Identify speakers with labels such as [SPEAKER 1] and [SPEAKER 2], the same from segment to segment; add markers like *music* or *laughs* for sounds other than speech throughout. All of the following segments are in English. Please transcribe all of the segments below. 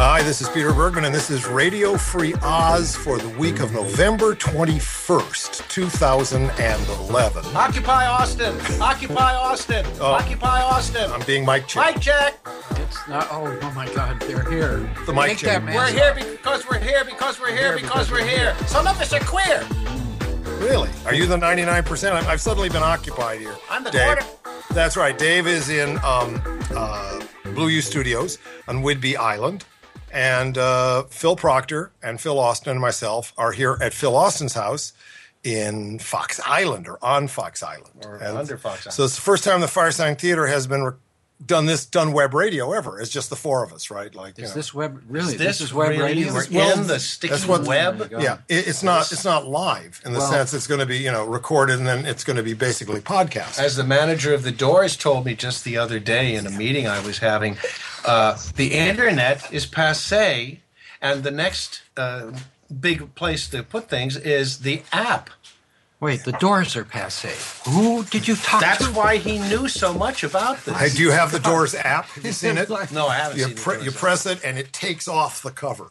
[SPEAKER 1] Hi, this is Peter Bergman, and this is Radio Free Oz for the week of November 21st, 2011.
[SPEAKER 2] Occupy Austin! Occupy Austin!
[SPEAKER 1] Oh.
[SPEAKER 2] Occupy Austin!
[SPEAKER 1] I'm being Mike Chick.
[SPEAKER 2] Mic check!
[SPEAKER 3] It's not. Oh, oh my God, they're here.
[SPEAKER 1] The mic
[SPEAKER 3] Make
[SPEAKER 1] check.
[SPEAKER 2] We're
[SPEAKER 3] that mask
[SPEAKER 2] here because we're here because we're here because we're here. Some of us are queer.
[SPEAKER 1] Really? Are you the 99%? I've, I've suddenly been occupied here.
[SPEAKER 2] I'm the
[SPEAKER 1] Dave.
[SPEAKER 2] quarter-
[SPEAKER 1] That's right. Dave is in um, uh, Blue U Studios on Whidbey Island. And uh, Phil Proctor and Phil Austin and myself are here at Phil Austin's house in Fox Island or on Fox Island. Or
[SPEAKER 2] under Fox Island.
[SPEAKER 1] So it's the first time the Firesign Theater has been re- done this, done web radio ever. It's just the four of us, right? Like, you
[SPEAKER 3] Is
[SPEAKER 1] know.
[SPEAKER 3] this web? Really? This, is web
[SPEAKER 2] really-
[SPEAKER 3] radio.
[SPEAKER 2] We're
[SPEAKER 1] Well,
[SPEAKER 2] in the sticky
[SPEAKER 1] that's what-
[SPEAKER 2] web.
[SPEAKER 3] Yeah.
[SPEAKER 1] Yeah, it, it's not it's not live in the
[SPEAKER 3] Well-
[SPEAKER 1] sense it's going to be you know recorded and then it's going to be basically podcast.
[SPEAKER 2] As the manager of the Doors told me just the other day in a meeting I was having, uh, the internet is passe, and the next uh, big place to put things is the app.
[SPEAKER 3] Wait, the doors are passe. Who did you talk
[SPEAKER 2] That's
[SPEAKER 3] to?
[SPEAKER 2] why he knew so much about this.
[SPEAKER 1] I do you
[SPEAKER 2] *laughs*
[SPEAKER 1] have the Doors app. Have you seen it?
[SPEAKER 2] No, I haven't
[SPEAKER 1] You,
[SPEAKER 2] seen the
[SPEAKER 1] pre-
[SPEAKER 2] Doors
[SPEAKER 1] you
[SPEAKER 2] app.
[SPEAKER 1] press it and it takes off the cover.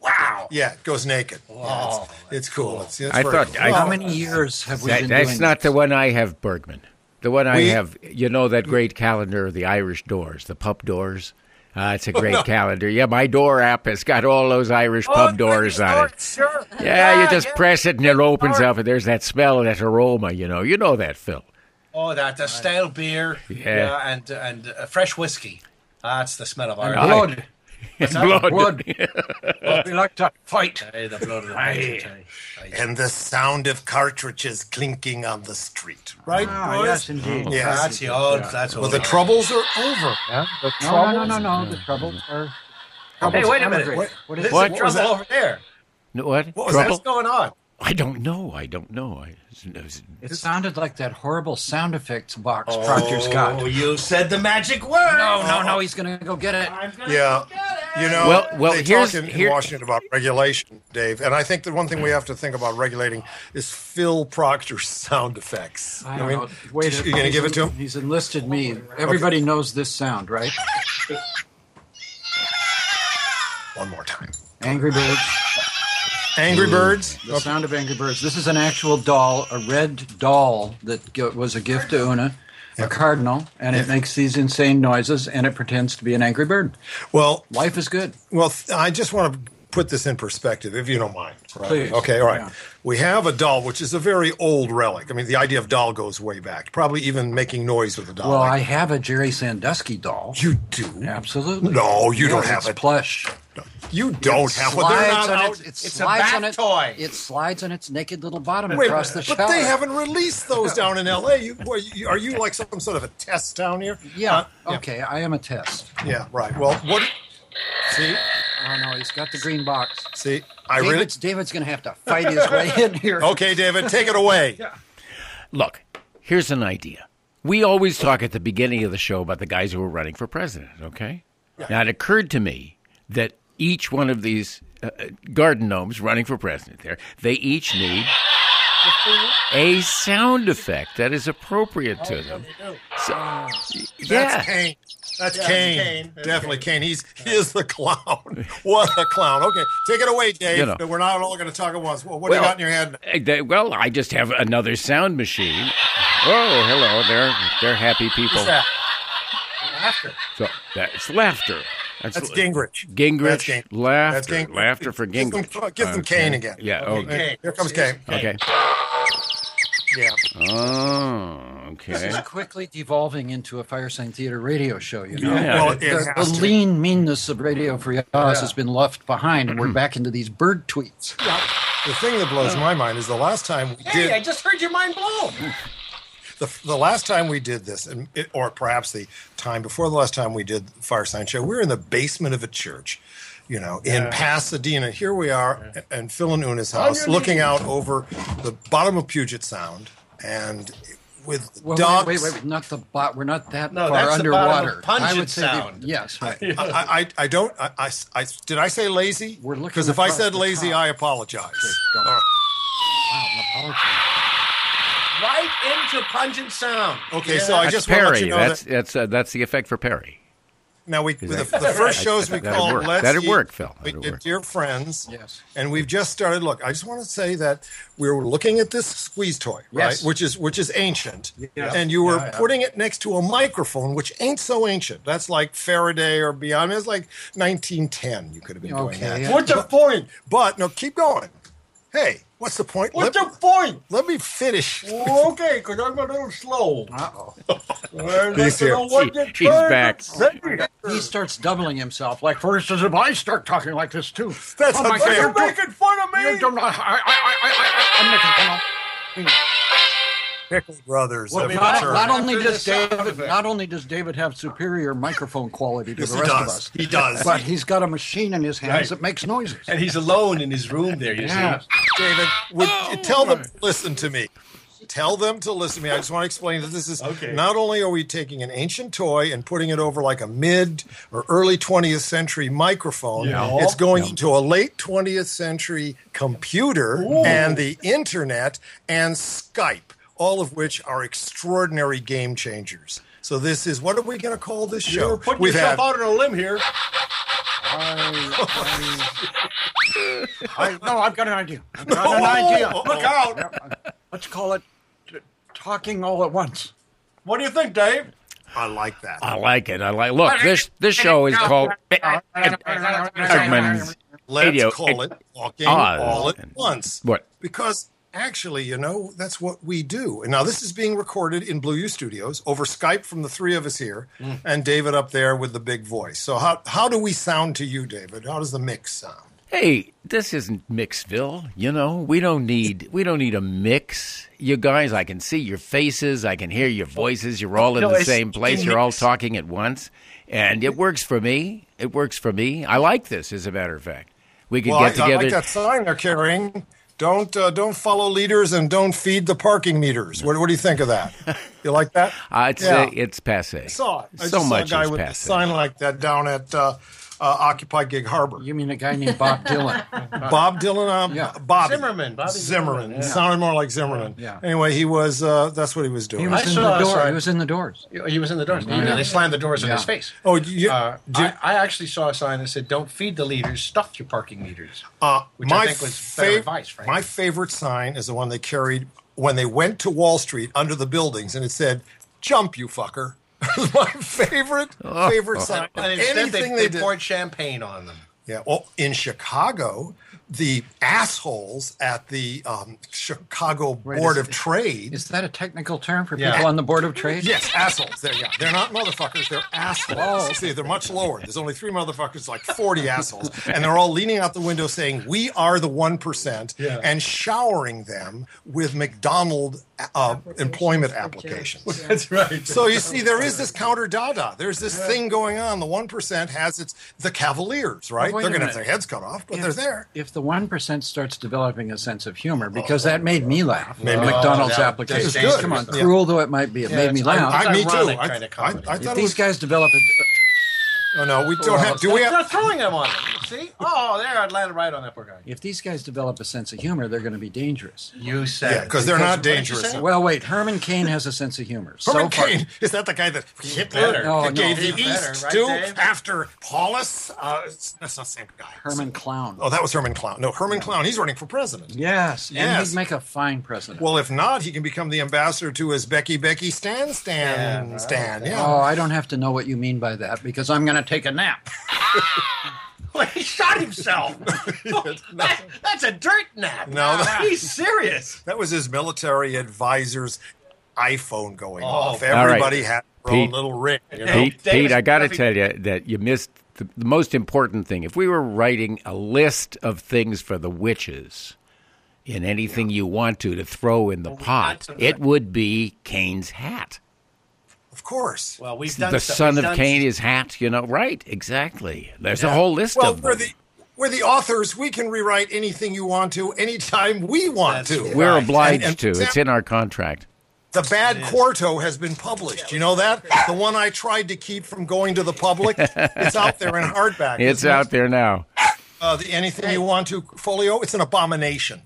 [SPEAKER 2] Wow.
[SPEAKER 1] Yeah, it goes naked. Yeah, it's-
[SPEAKER 2] Wow.
[SPEAKER 1] it's, cool. It's, it's
[SPEAKER 4] I
[SPEAKER 1] very
[SPEAKER 4] thought-
[SPEAKER 1] cool.
[SPEAKER 4] I-
[SPEAKER 1] Well,
[SPEAKER 3] How many years have we
[SPEAKER 4] That-
[SPEAKER 3] been
[SPEAKER 4] that's
[SPEAKER 3] doing
[SPEAKER 4] not
[SPEAKER 3] this?
[SPEAKER 4] the one I have, Bergman. The one I
[SPEAKER 1] We-
[SPEAKER 4] have, you know, that great calendar of the Irish doors, the pub doors. Uh, it's a great calendar. Yeah, my door app has got all those Irish pub doors on it.
[SPEAKER 2] Sure.
[SPEAKER 4] Yeah, you just press it and it opens up, and there's that smell, that aroma. You know, you know that, Phil.
[SPEAKER 2] Oh, that the stale beer.
[SPEAKER 4] Yeah.
[SPEAKER 2] and and uh, fresh whiskey. That's the smell of
[SPEAKER 4] I-
[SPEAKER 2] Ireland.
[SPEAKER 3] Blood.
[SPEAKER 4] *laughs* Blood.
[SPEAKER 3] we like to fight.
[SPEAKER 2] Aye, the blood of the patriots, aye. Aye.
[SPEAKER 1] and the sound of cartridges clinking on the street. Right?
[SPEAKER 3] Ah, yes, indeed.
[SPEAKER 1] Yeah.
[SPEAKER 2] That's the old. That's
[SPEAKER 1] Well,
[SPEAKER 2] old.
[SPEAKER 1] the troubles are over.
[SPEAKER 3] No, no, no, no, no. The troubles are.
[SPEAKER 2] Hey, wait a minute.
[SPEAKER 3] Emigrate.
[SPEAKER 2] What,
[SPEAKER 3] What
[SPEAKER 2] is
[SPEAKER 3] is
[SPEAKER 2] this
[SPEAKER 3] it?
[SPEAKER 4] What?
[SPEAKER 2] is
[SPEAKER 4] What
[SPEAKER 2] trouble
[SPEAKER 1] was that?
[SPEAKER 2] over there.
[SPEAKER 4] No, What?
[SPEAKER 1] What was that?
[SPEAKER 4] Trouble?
[SPEAKER 2] What's going on?
[SPEAKER 4] I don't know. I don't know. I, it's-
[SPEAKER 3] It sounded like that horrible sound effects box Proctor's got.
[SPEAKER 2] Oh,
[SPEAKER 3] No,
[SPEAKER 2] you said the magic word.
[SPEAKER 3] no, no. He's gonna go get it.
[SPEAKER 1] Yeah. You know,
[SPEAKER 4] Well- well,
[SPEAKER 1] they
[SPEAKER 4] here's-
[SPEAKER 1] talk in, in
[SPEAKER 4] here-
[SPEAKER 1] Washington about regulation, Dave. And I think the one thing we have to think about regulating is Phil Proctor's *laughs* sound effects.
[SPEAKER 3] I don't
[SPEAKER 1] mean,
[SPEAKER 3] know. Wait,
[SPEAKER 1] you going to
[SPEAKER 3] he's
[SPEAKER 1] give it to
[SPEAKER 3] en-
[SPEAKER 1] him?
[SPEAKER 3] He's enlisted me. Everybody knows this sound, right?
[SPEAKER 1] One more time.
[SPEAKER 3] Angry Birds.
[SPEAKER 1] Angry Birds.
[SPEAKER 3] The sound of Angry Birds. This is an actual doll, a red doll that g- was a gift to Una, a cardinal, and it makes these insane noises and it pretends to be an angry bird.
[SPEAKER 1] Well,
[SPEAKER 3] Life is good.
[SPEAKER 1] well, th- I just want to put this in perspective, if you don't mind. Right?
[SPEAKER 3] Please.
[SPEAKER 1] Okay. All right.
[SPEAKER 3] Yeah.
[SPEAKER 1] We have a doll, which is a very old relic. I mean, the idea of doll goes way back. Probably even making noise with a doll.
[SPEAKER 3] Well,
[SPEAKER 1] like-
[SPEAKER 3] I have a Jerry Sandusky doll.
[SPEAKER 1] you do.
[SPEAKER 3] Absolutely.
[SPEAKER 1] No, you
[SPEAKER 3] Yeah,
[SPEAKER 1] don't have
[SPEAKER 3] it's
[SPEAKER 1] it.
[SPEAKER 3] plush.
[SPEAKER 1] You don't have one. They're
[SPEAKER 3] Slides
[SPEAKER 1] not
[SPEAKER 3] on
[SPEAKER 1] out.
[SPEAKER 3] its- it
[SPEAKER 2] It's a
[SPEAKER 3] slides
[SPEAKER 2] bath
[SPEAKER 3] on it-
[SPEAKER 2] toy.
[SPEAKER 3] It slides on its naked little bottom
[SPEAKER 1] Wait,
[SPEAKER 3] across the
[SPEAKER 1] but
[SPEAKER 3] shower.
[SPEAKER 1] they haven't released those down in L.A. You, boy, you- are you like some sort of a test down here?
[SPEAKER 3] Yeah.
[SPEAKER 1] Uh,
[SPEAKER 3] Okay, I am a test.
[SPEAKER 1] Yeah. Right. Well, what? See,
[SPEAKER 3] Oh no, he's got the green box.
[SPEAKER 1] see, I really.
[SPEAKER 3] David's, David's going to have to fight his
[SPEAKER 1] *laughs*
[SPEAKER 3] way in here.
[SPEAKER 1] Okay, David, take it *laughs* away.
[SPEAKER 4] Look, here's an idea. We always talk at the beginning of the show about the guys who are running for president, okay? Now, it occurred to me that each one of these uh, uh, garden gnomes running for president there, they each need a sound effect that is appropriate
[SPEAKER 1] Oh,
[SPEAKER 4] to them. So-
[SPEAKER 1] Mm. That's
[SPEAKER 4] yeah.
[SPEAKER 1] Kane. That's Kane. Definitely Kane. He's he is the clown. *laughs* what a clown. Okay, take it away, Dave.
[SPEAKER 4] You know.
[SPEAKER 1] We're not all going to talk at once. Well, what do you
[SPEAKER 4] Well-
[SPEAKER 1] got in your head?
[SPEAKER 4] Uh, they- Well, I just have another sound machine. Oh, hello. They're, they're happy people.
[SPEAKER 2] that? Laughter.
[SPEAKER 4] So, that's laughter.
[SPEAKER 1] That's Gingrich.
[SPEAKER 4] Gingrich,
[SPEAKER 1] That's Ging-
[SPEAKER 4] laughter,
[SPEAKER 1] that's Ging-
[SPEAKER 4] laughter for
[SPEAKER 1] Give them-
[SPEAKER 4] Gingrich. Uh, Oh,
[SPEAKER 1] give them Kane again.
[SPEAKER 4] Yeah. Okay.
[SPEAKER 1] Hey, Here comes Kane.
[SPEAKER 4] Okay.
[SPEAKER 1] Yeah.
[SPEAKER 4] Oh,
[SPEAKER 3] This
[SPEAKER 4] okay.
[SPEAKER 3] is quickly devolving into a Firesign Theater radio show, you know.
[SPEAKER 4] Yeah.
[SPEAKER 1] Well, it
[SPEAKER 3] The, the
[SPEAKER 1] has to.
[SPEAKER 3] lean meanness of Radio Free Oz has been left behind, and
[SPEAKER 1] Mm-hmm.
[SPEAKER 3] we're back into these bird tweets.
[SPEAKER 1] The thing that blows my mind is the last time we
[SPEAKER 2] Hey,
[SPEAKER 1] did
[SPEAKER 2] I just heard your mind blown.
[SPEAKER 1] the, the last time we did this, and it, or perhaps the time before the last time we did the Firesign Show, we were in the basement of a church, you know, in Pasadena. Here we are, a- and Phil and Una's house, looking out over the bottom of Puget Sound, and with
[SPEAKER 3] Well,
[SPEAKER 1] dogs.
[SPEAKER 3] wait, wait, wait, not the bot. We're not that
[SPEAKER 2] No,
[SPEAKER 3] far
[SPEAKER 2] that's the bottom
[SPEAKER 3] underwater.
[SPEAKER 2] of pungent
[SPEAKER 3] I would say the-
[SPEAKER 2] sound.
[SPEAKER 3] yes, right.
[SPEAKER 2] *laughs*
[SPEAKER 1] I, I, I don't. I, I, I- did I say lazy?
[SPEAKER 3] We're looking
[SPEAKER 1] because if I
[SPEAKER 3] across
[SPEAKER 1] said
[SPEAKER 3] the
[SPEAKER 1] lazy,
[SPEAKER 3] top.
[SPEAKER 1] I apologize.
[SPEAKER 3] don't.
[SPEAKER 1] All right.
[SPEAKER 3] Wow, an apology.
[SPEAKER 2] right into pungent sound.
[SPEAKER 1] Okay, so I
[SPEAKER 4] That's
[SPEAKER 1] just want to let
[SPEAKER 4] Perry.
[SPEAKER 1] you know
[SPEAKER 4] that's
[SPEAKER 1] that
[SPEAKER 4] that's uh, that's the effect for Perry.
[SPEAKER 1] Now we the,
[SPEAKER 4] that-
[SPEAKER 1] the first
[SPEAKER 4] I-
[SPEAKER 1] shows we
[SPEAKER 4] that'll
[SPEAKER 1] called
[SPEAKER 4] work.
[SPEAKER 1] Let's
[SPEAKER 4] That'll
[SPEAKER 1] Eat,
[SPEAKER 4] work, Phil.
[SPEAKER 1] We
[SPEAKER 4] That'll
[SPEAKER 1] did
[SPEAKER 4] work.
[SPEAKER 1] Dear Friends.
[SPEAKER 3] Yes.
[SPEAKER 1] And we've just started. Look, I just want to say that we were looking at this squeeze toy, right?
[SPEAKER 3] Yes.
[SPEAKER 1] Which is which is ancient. And you were
[SPEAKER 2] Yeah, yeah.
[SPEAKER 1] putting it next to a microphone, which ain't so ancient. That's like Faraday or beyond. It's like 1910. You could have been doing
[SPEAKER 3] Okay,
[SPEAKER 1] that.
[SPEAKER 3] yeah.
[SPEAKER 2] What's the point?
[SPEAKER 1] But no, keep going. Hey, what's the point?
[SPEAKER 2] What's
[SPEAKER 1] let,
[SPEAKER 2] the Oh point?
[SPEAKER 1] let me finish.
[SPEAKER 2] Okay, because I'm a little slow.
[SPEAKER 3] Uh-oh.
[SPEAKER 2] Well,
[SPEAKER 1] He's
[SPEAKER 2] that's
[SPEAKER 1] here.
[SPEAKER 2] the one that
[SPEAKER 4] He- he's
[SPEAKER 2] turned
[SPEAKER 4] back.
[SPEAKER 2] the-
[SPEAKER 3] He starts doubling himself. Like, for instance, if I start talking like this too,
[SPEAKER 1] *laughs* That's
[SPEAKER 3] oh my God,
[SPEAKER 1] unfair.
[SPEAKER 3] you're
[SPEAKER 2] You're
[SPEAKER 3] doing-
[SPEAKER 2] making fun of
[SPEAKER 3] you
[SPEAKER 2] me.
[SPEAKER 3] don't know. I, I, I, I, I, I'm making fun of-
[SPEAKER 1] Pickle Brothers.
[SPEAKER 3] Well,
[SPEAKER 1] of
[SPEAKER 3] not,
[SPEAKER 1] Mature.
[SPEAKER 3] not only
[SPEAKER 2] After
[SPEAKER 3] does
[SPEAKER 2] the sound
[SPEAKER 3] David,
[SPEAKER 2] effect.
[SPEAKER 3] not only does David have superior microphone quality to
[SPEAKER 1] Yes,
[SPEAKER 3] the
[SPEAKER 1] he
[SPEAKER 3] rest of
[SPEAKER 1] does.
[SPEAKER 3] us,
[SPEAKER 1] He does.
[SPEAKER 3] but he's got a machine in his hands
[SPEAKER 2] Right.
[SPEAKER 3] that makes noises.
[SPEAKER 1] *laughs*
[SPEAKER 2] And he's alone in his room there, you
[SPEAKER 3] Yeah.
[SPEAKER 2] see.
[SPEAKER 1] David, would you tell them to listen to me. Tell them to listen to me. I just want to explain that this is
[SPEAKER 2] Okay.
[SPEAKER 1] not only are we taking an ancient toy and putting it over like a mid or early 20th century microphone,
[SPEAKER 2] Yeah.
[SPEAKER 1] it's going into a late 20th century computer and the internet and Skype, all of which are extraordinary game changers. So this is what are we going to call this show?
[SPEAKER 2] You're putting
[SPEAKER 1] We've
[SPEAKER 2] yourself
[SPEAKER 1] had-
[SPEAKER 2] out on a limb here.
[SPEAKER 3] I, no, I've got an idea. I've got
[SPEAKER 1] *laughs*
[SPEAKER 3] an idea.
[SPEAKER 1] Oh,
[SPEAKER 2] Look out.
[SPEAKER 3] Let's call it uh, talking all at once.
[SPEAKER 2] What do you think, Dave?
[SPEAKER 1] I like that.
[SPEAKER 4] I like it. I like. Look, this this show
[SPEAKER 3] *laughs*
[SPEAKER 4] is called Eggman's.
[SPEAKER 1] Let's
[SPEAKER 4] Radio-
[SPEAKER 1] call it walking
[SPEAKER 4] Oz.
[SPEAKER 1] all at once.
[SPEAKER 4] What?
[SPEAKER 1] Because actually, you know, that's what we do. And now this is being recorded in Blue U Studios over Skype from the three of us here and David up there with the big voice. So how how do we sound to you, David? How does the mix sound?
[SPEAKER 4] Hey, this isn't Mixville. You know, we don't need we don't need a mix. You guys, I can see your faces. I can hear your voices. You're all in
[SPEAKER 2] No,
[SPEAKER 4] the
[SPEAKER 2] it's
[SPEAKER 4] same place.
[SPEAKER 2] a
[SPEAKER 4] You're all
[SPEAKER 2] mix.
[SPEAKER 4] talking at once, and it works for me. It works for me. I like this. As a matter of fact, we could
[SPEAKER 1] Well,
[SPEAKER 4] get
[SPEAKER 1] I, I
[SPEAKER 4] together.
[SPEAKER 1] like that sign they're carrying. Don't uh, don't follow leaders and don't feed the parking meters. What, what do you think of that? You like
[SPEAKER 4] *laughs*
[SPEAKER 1] that?
[SPEAKER 4] Uh, it's
[SPEAKER 1] Yeah.
[SPEAKER 4] uh, it's passe.
[SPEAKER 1] saw it. I
[SPEAKER 4] so
[SPEAKER 1] just
[SPEAKER 4] much
[SPEAKER 1] saw a guy
[SPEAKER 4] is
[SPEAKER 1] with a
[SPEAKER 4] passe.
[SPEAKER 1] sign like that down at uh, uh, Occupy Gig Harbor.
[SPEAKER 3] You mean a guy named Bob Dylan?
[SPEAKER 1] Bob Dylan, um,
[SPEAKER 3] Yeah.
[SPEAKER 1] Bobby
[SPEAKER 2] Zimmerman, Bobby
[SPEAKER 1] Zimmerman.
[SPEAKER 2] Zimmerman,
[SPEAKER 1] It
[SPEAKER 2] yeah.
[SPEAKER 1] sounded more like Zimmerman.
[SPEAKER 3] Yeah.
[SPEAKER 1] Anyway, he was. Uh, that's what he was doing.
[SPEAKER 3] He was
[SPEAKER 2] I
[SPEAKER 3] in
[SPEAKER 2] saw
[SPEAKER 3] the
[SPEAKER 2] a
[SPEAKER 3] door.
[SPEAKER 2] sign.
[SPEAKER 3] He was in the doors.
[SPEAKER 2] He was in the doors. and They slammed the doors in his face.
[SPEAKER 1] oh, you,
[SPEAKER 2] Uh,
[SPEAKER 1] do-
[SPEAKER 2] I, I actually saw a sign that said, "Don't feed the leaders. Stuff your parking meters."
[SPEAKER 1] uh,
[SPEAKER 2] which I
[SPEAKER 1] my
[SPEAKER 2] think was better
[SPEAKER 1] fav-
[SPEAKER 2] advice, frankly.
[SPEAKER 1] My favorite sign is the one they carried when they went to Wall Street under the buildings, and it said, "Jump, you fucker." *laughs* my favorite
[SPEAKER 2] *laughs*
[SPEAKER 1] favorite sign.
[SPEAKER 2] and instead, they,
[SPEAKER 1] Anything
[SPEAKER 2] they,
[SPEAKER 1] did.
[SPEAKER 2] poured champagne on them.
[SPEAKER 1] Yeah. Well, in Chicago, the assholes at the um, Chicago Board
[SPEAKER 3] is-
[SPEAKER 1] of Trade.
[SPEAKER 3] Is that a technical term for
[SPEAKER 2] Yeah.
[SPEAKER 3] people on the board of trade?
[SPEAKER 1] Yes, assholes. They're, yeah, they're not motherfuckers. They're assholes.
[SPEAKER 3] Oh.
[SPEAKER 1] See, they're much lower. There's only three motherfuckers, like 40 assholes. And they're all leaning out the window saying, We are the 1%,
[SPEAKER 2] Yeah.
[SPEAKER 1] and showering them with McDonald uh, employment applications.
[SPEAKER 2] That's right.
[SPEAKER 1] So you see, there is this counter dada. There's this thing going on. The 1% has its, the Cavaliers, right?
[SPEAKER 3] Well, wait
[SPEAKER 1] they're
[SPEAKER 3] a
[SPEAKER 1] going to have their
[SPEAKER 3] minute.
[SPEAKER 1] heads cut off, but they're there.
[SPEAKER 3] If the one percent starts developing a sense of humor, because that made me laugh.
[SPEAKER 1] Oh, Made me-
[SPEAKER 3] McDonald's
[SPEAKER 2] Oh, that-
[SPEAKER 3] application.
[SPEAKER 1] that's good.
[SPEAKER 3] Come on,
[SPEAKER 1] Yeah.
[SPEAKER 3] cruel though it might be, it made me
[SPEAKER 2] it's-
[SPEAKER 3] laugh.
[SPEAKER 1] I, me too.
[SPEAKER 2] ironic
[SPEAKER 1] I,
[SPEAKER 2] kind of
[SPEAKER 1] I, I
[SPEAKER 2] comedy.
[SPEAKER 1] thought
[SPEAKER 3] if
[SPEAKER 1] it
[SPEAKER 3] these
[SPEAKER 1] was,
[SPEAKER 3] guys develop a,
[SPEAKER 1] Oh, no, we don't have. Do we
[SPEAKER 2] They're
[SPEAKER 1] have?
[SPEAKER 2] throwing them on them. See? Oh, there! I landed right on that poor guy.
[SPEAKER 3] if these guys develop a sense of humor, they're going to be dangerous.
[SPEAKER 2] You said.
[SPEAKER 1] Yeah, because they're not
[SPEAKER 2] what did you
[SPEAKER 1] dangerous.
[SPEAKER 2] say?
[SPEAKER 3] Well, wait, Herman Cain has a sense of humor.
[SPEAKER 1] Herman
[SPEAKER 3] so far-
[SPEAKER 1] Cain is that the guy that Hitler
[SPEAKER 2] better.
[SPEAKER 4] Oh,
[SPEAKER 3] No, no.
[SPEAKER 1] gave the
[SPEAKER 2] He's better,
[SPEAKER 1] East
[SPEAKER 2] right,
[SPEAKER 1] to
[SPEAKER 2] Dave?
[SPEAKER 1] after Paulus? Uh, it's- that's not the same guy.
[SPEAKER 3] Herman Clown.
[SPEAKER 1] Oh, that was Herman Clown. No, Herman Clown. He's running for president.
[SPEAKER 3] Yes, and
[SPEAKER 1] Yes.
[SPEAKER 3] he'd make a fine president.
[SPEAKER 1] Well, if not, he can become the ambassador to his Becky Becky Stan Stan
[SPEAKER 2] Yeah, right.
[SPEAKER 1] Stan. Yeah.
[SPEAKER 3] oh, I don't have to know what you mean by that because I'm going to take a nap.
[SPEAKER 2] *laughs* he
[SPEAKER 1] *laughs*
[SPEAKER 2] shot himself. That- that's a dirt nap.
[SPEAKER 1] No, that-
[SPEAKER 2] he's serious.
[SPEAKER 1] That was his military advisor's iPhone going
[SPEAKER 2] Oh,
[SPEAKER 1] off.
[SPEAKER 4] all right.
[SPEAKER 1] Everybody had their own
[SPEAKER 4] Pete.
[SPEAKER 1] little ring. You know?
[SPEAKER 4] Pete,
[SPEAKER 2] Davis-
[SPEAKER 4] Pete, I got to
[SPEAKER 2] Duffy-
[SPEAKER 4] tell you that you missed the, the most important thing. If we were writing a list of things for the witches and anything you want to to throw in the pot,
[SPEAKER 2] got to-
[SPEAKER 4] it would be Cain's hat.
[SPEAKER 1] Of course.
[SPEAKER 2] Well, we've done
[SPEAKER 4] The
[SPEAKER 2] stuff-
[SPEAKER 4] son
[SPEAKER 2] we've
[SPEAKER 4] of
[SPEAKER 2] done
[SPEAKER 4] Cain,
[SPEAKER 2] stuff-
[SPEAKER 4] his hat, you know, right? Exactly. There's a whole list
[SPEAKER 1] Well,
[SPEAKER 4] of
[SPEAKER 1] we're
[SPEAKER 4] them.
[SPEAKER 1] the we're the authors. We can rewrite anything you want to, anytime we want
[SPEAKER 2] That's
[SPEAKER 1] to.
[SPEAKER 2] right.
[SPEAKER 4] We're
[SPEAKER 2] Right.
[SPEAKER 4] obliged
[SPEAKER 1] And- and
[SPEAKER 4] to. It's
[SPEAKER 1] Sam-
[SPEAKER 4] in our contract.
[SPEAKER 1] The Bad Quarto has been published. You know that? The one I tried to keep from going to the public. It's out there in
[SPEAKER 2] *laughs*
[SPEAKER 1] hardback.
[SPEAKER 4] It's
[SPEAKER 1] Isn't it?
[SPEAKER 4] out there now.
[SPEAKER 1] Uh, the Anything You Want to folio. It's an abomination.